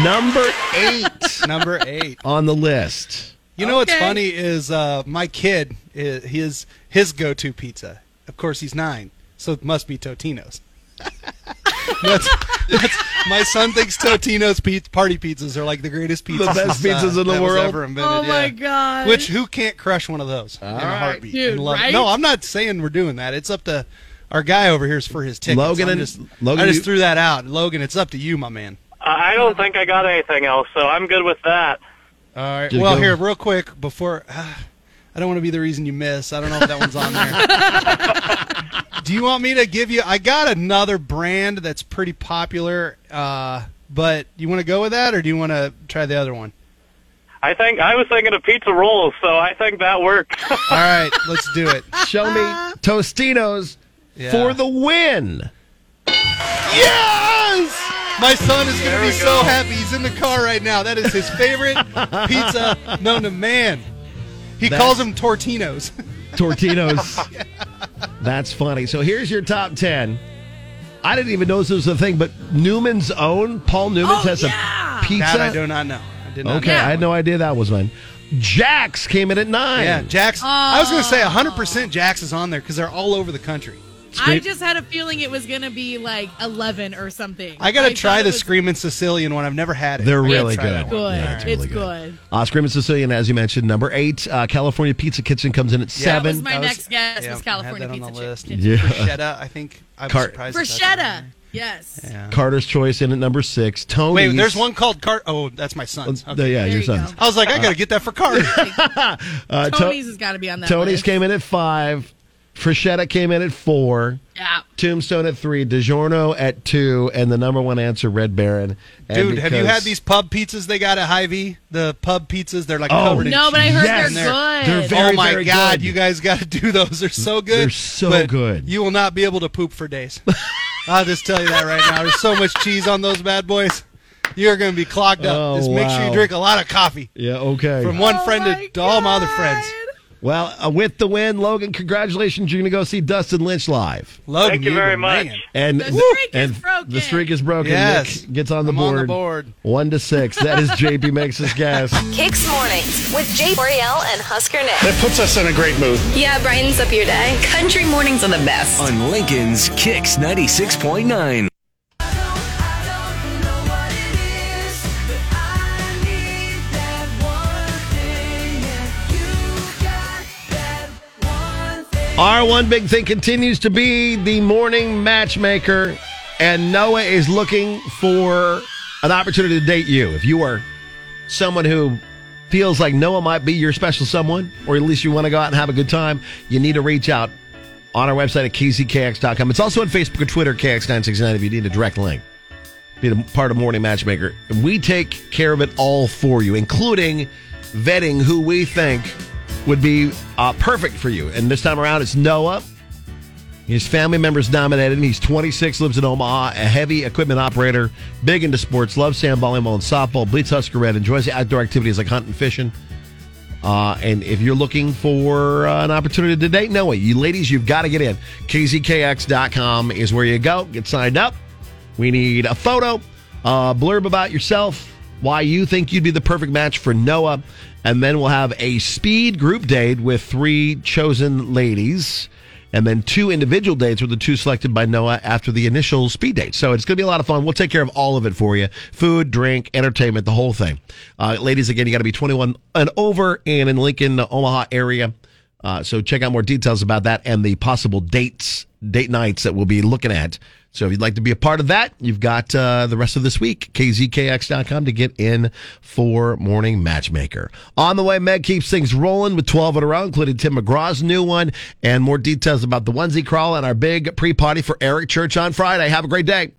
S9: Number eight.
S10: Number eight
S9: on the list.
S10: You know what's
S9: Okay.
S10: funny is uh, my kid is his his go to pizza. Of course, he's nine, so it must be Totino's. that's, that's, my son thinks Totino's pizza, party pizzas are like the greatest pizzas,
S9: best
S10: uh,
S9: pizzas in the
S10: that was
S9: world?
S10: ever invented,
S11: Oh my
S10: yeah.
S11: God.
S10: Which who can't crush one of those in a
S9: right.
S10: heartbeat?
S11: Dude,
S10: and love it.
S11: right?
S10: No, I'm not saying we're doing that. It's up to our guy over here's for his tickets.
S9: Logan
S10: I'm
S9: and-
S10: just,
S9: Logan,
S10: I just
S9: you-
S10: threw that out. Logan, it's up to you, my man.
S2: I I don't think I got anything else, so I'm good with that.
S10: All right.
S2: Just
S10: Well,
S2: go-
S10: here, real quick, before I don't want to be the reason you miss. I don't know if that one's on there. Do you want me to give you? I got another brand that's pretty popular, uh, but you want to go with that, or do you want to try the other one?
S2: I think I was thinking of pizza rolls, so I think that works. All
S10: right, let's do it.
S9: Show
S11: Uh-huh.
S9: me Tostinos
S2: Yeah.
S9: for the win.
S10: Yes! My son is going to be so happy. He's in the car right now. That is his favorite pizza known to man. He
S9: That's-
S10: calls them tortinos.
S9: Tortinos. That's funny. So here's your top 10. I didn't even know this was a thing, but Newman's own, Paul
S11: Oh,
S9: Newman's, has a pizza.
S10: That I do not know. I did not
S9: Okay,
S10: know.
S9: I had no idea that was one. Jax came in at nine.
S10: Yeah, Jax. I was going to say 100% Jax is on there because they're all over the country.
S11: I just had a feeling it was going to be like 11 or something.
S10: I got to try
S11: thought
S10: the
S11: it was-
S10: Screaming Sicilian one. I've never had it. I
S9: They're
S10: gotta
S9: really
S10: try
S9: good.
S10: that
S11: Good.
S10: one.
S11: it's good.
S9: Uh, Screaming Sicilian, as you mentioned, number eight. Uh, California Pizza Kitchen comes in at
S11: That
S9: seven.
S11: was my next guess
S10: yeah, I
S11: was
S10: had
S11: California
S10: that on
S11: Pizza
S10: the list.
S11: Chicken.
S9: Yeah.
S10: Bruschetta, I think. I'm
S9: Cart-
S10: surprised. if that's on there.
S11: Bruschetta. Yes.
S9: Uh, Carter's Choice in at number six. Tony's.
S10: Wait, there's one called Cart. Oh, that's my son's.
S9: Uh,
S10: Okay.
S9: yeah, There your you son's. go.
S10: I was like, I got to get that for Cart.
S9: Uh, To-
S11: Tony's has got to be on that
S9: Tony's
S11: list.
S9: came in at five. Freshetta came in at four.
S11: Yeah.
S9: Tombstone at three. DiGiorno at two. And the number one answer, Red Baron. And
S10: Dude, have you
S9: because-
S10: had these pub pizzas they got at Hy-Vee? The pub pizzas, they're like
S9: Oh,
S10: covered in
S11: No, but I heard
S10: cheese
S11: they're
S10: in
S11: good.
S10: there.
S11: They're very,
S10: oh my
S9: very
S10: god,
S9: good.
S10: you guys got to do those. They're so good.
S9: They're so
S10: But
S9: good.
S10: You will not be able to poop for days. I'll just tell you that right now. There's so much cheese on those bad boys. You're going to be clogged up.
S9: Oh,
S10: Just make sure
S9: wow.
S10: you drink a lot of coffee.
S9: Yeah, okay.
S10: From one friend to, to all my other friends.
S9: Well, uh, with the win, Logan, congratulations. You're going to go see Dustin Lynch live.
S10: Logan, Thank you you're very the much. man.
S9: And
S10: The streak
S9: and
S10: is broken.
S9: The streak is broken.
S10: Yes.
S9: Nick gets on the,
S10: I'm on
S9: board.
S10: the board.
S9: One to six. That is JP Max's guess.
S1: Kicks Mornings with Jay Coriel and Husker Nick.
S9: puts us in a great mood.
S1: Yeah, brightens up your day. Country mornings are the best.
S2: On Lincoln's Kicks 96.9.
S9: Our one big thing continues to be the morning matchmaker, and Noah is looking for an opportunity to date you. If you are someone who feels like Noah might be your special someone, or at least you want to go out and have a good time, you need to reach out on our website at kzkx.com. It's also on Facebook and Twitter, KX969, if you need a direct link. Be a part of Morning Matchmaker. We take care of it all for you, including vetting who we think would be uh, perfect for you. And this time around, it's Noah. His family members nominated him. He's 26, lives in Omaha, a heavy equipment operator, big into sports, loves sand volleyball and softball, bleeds Husker Red, enjoys the outdoor activities like hunting, fishing. Uh, and if you're looking for uh, an opportunity to date Noah, you ladies, you've got to get in. KZKX.com is where you go. Get signed up. We need a photo, a blurb about yourself, why you think you'd be the perfect match for Noah, and then we'll have a speed group date with three chosen ladies and then two individual dates with the two selected by Noah after the initial speed date. So it's going to be a lot of fun. We'll take care of all of it for you food, drink, entertainment, the whole thing. Uh, ladies, again, you got to be 21 and over and in Lincoln, the Omaha area. Uh, so check out more details about that and the possible dates, date nights that we'll be looking at. So if you'd like to be a part of that, you've got uh, the rest of this week, kzkx.com to get in for Morning Matchmaker. On the way, Meg keeps things rolling with 12 in a row, including Tim McGraw's new one, and more details about the onesie crawl and our big pre-party for Eric Church on Friday. Have a great day.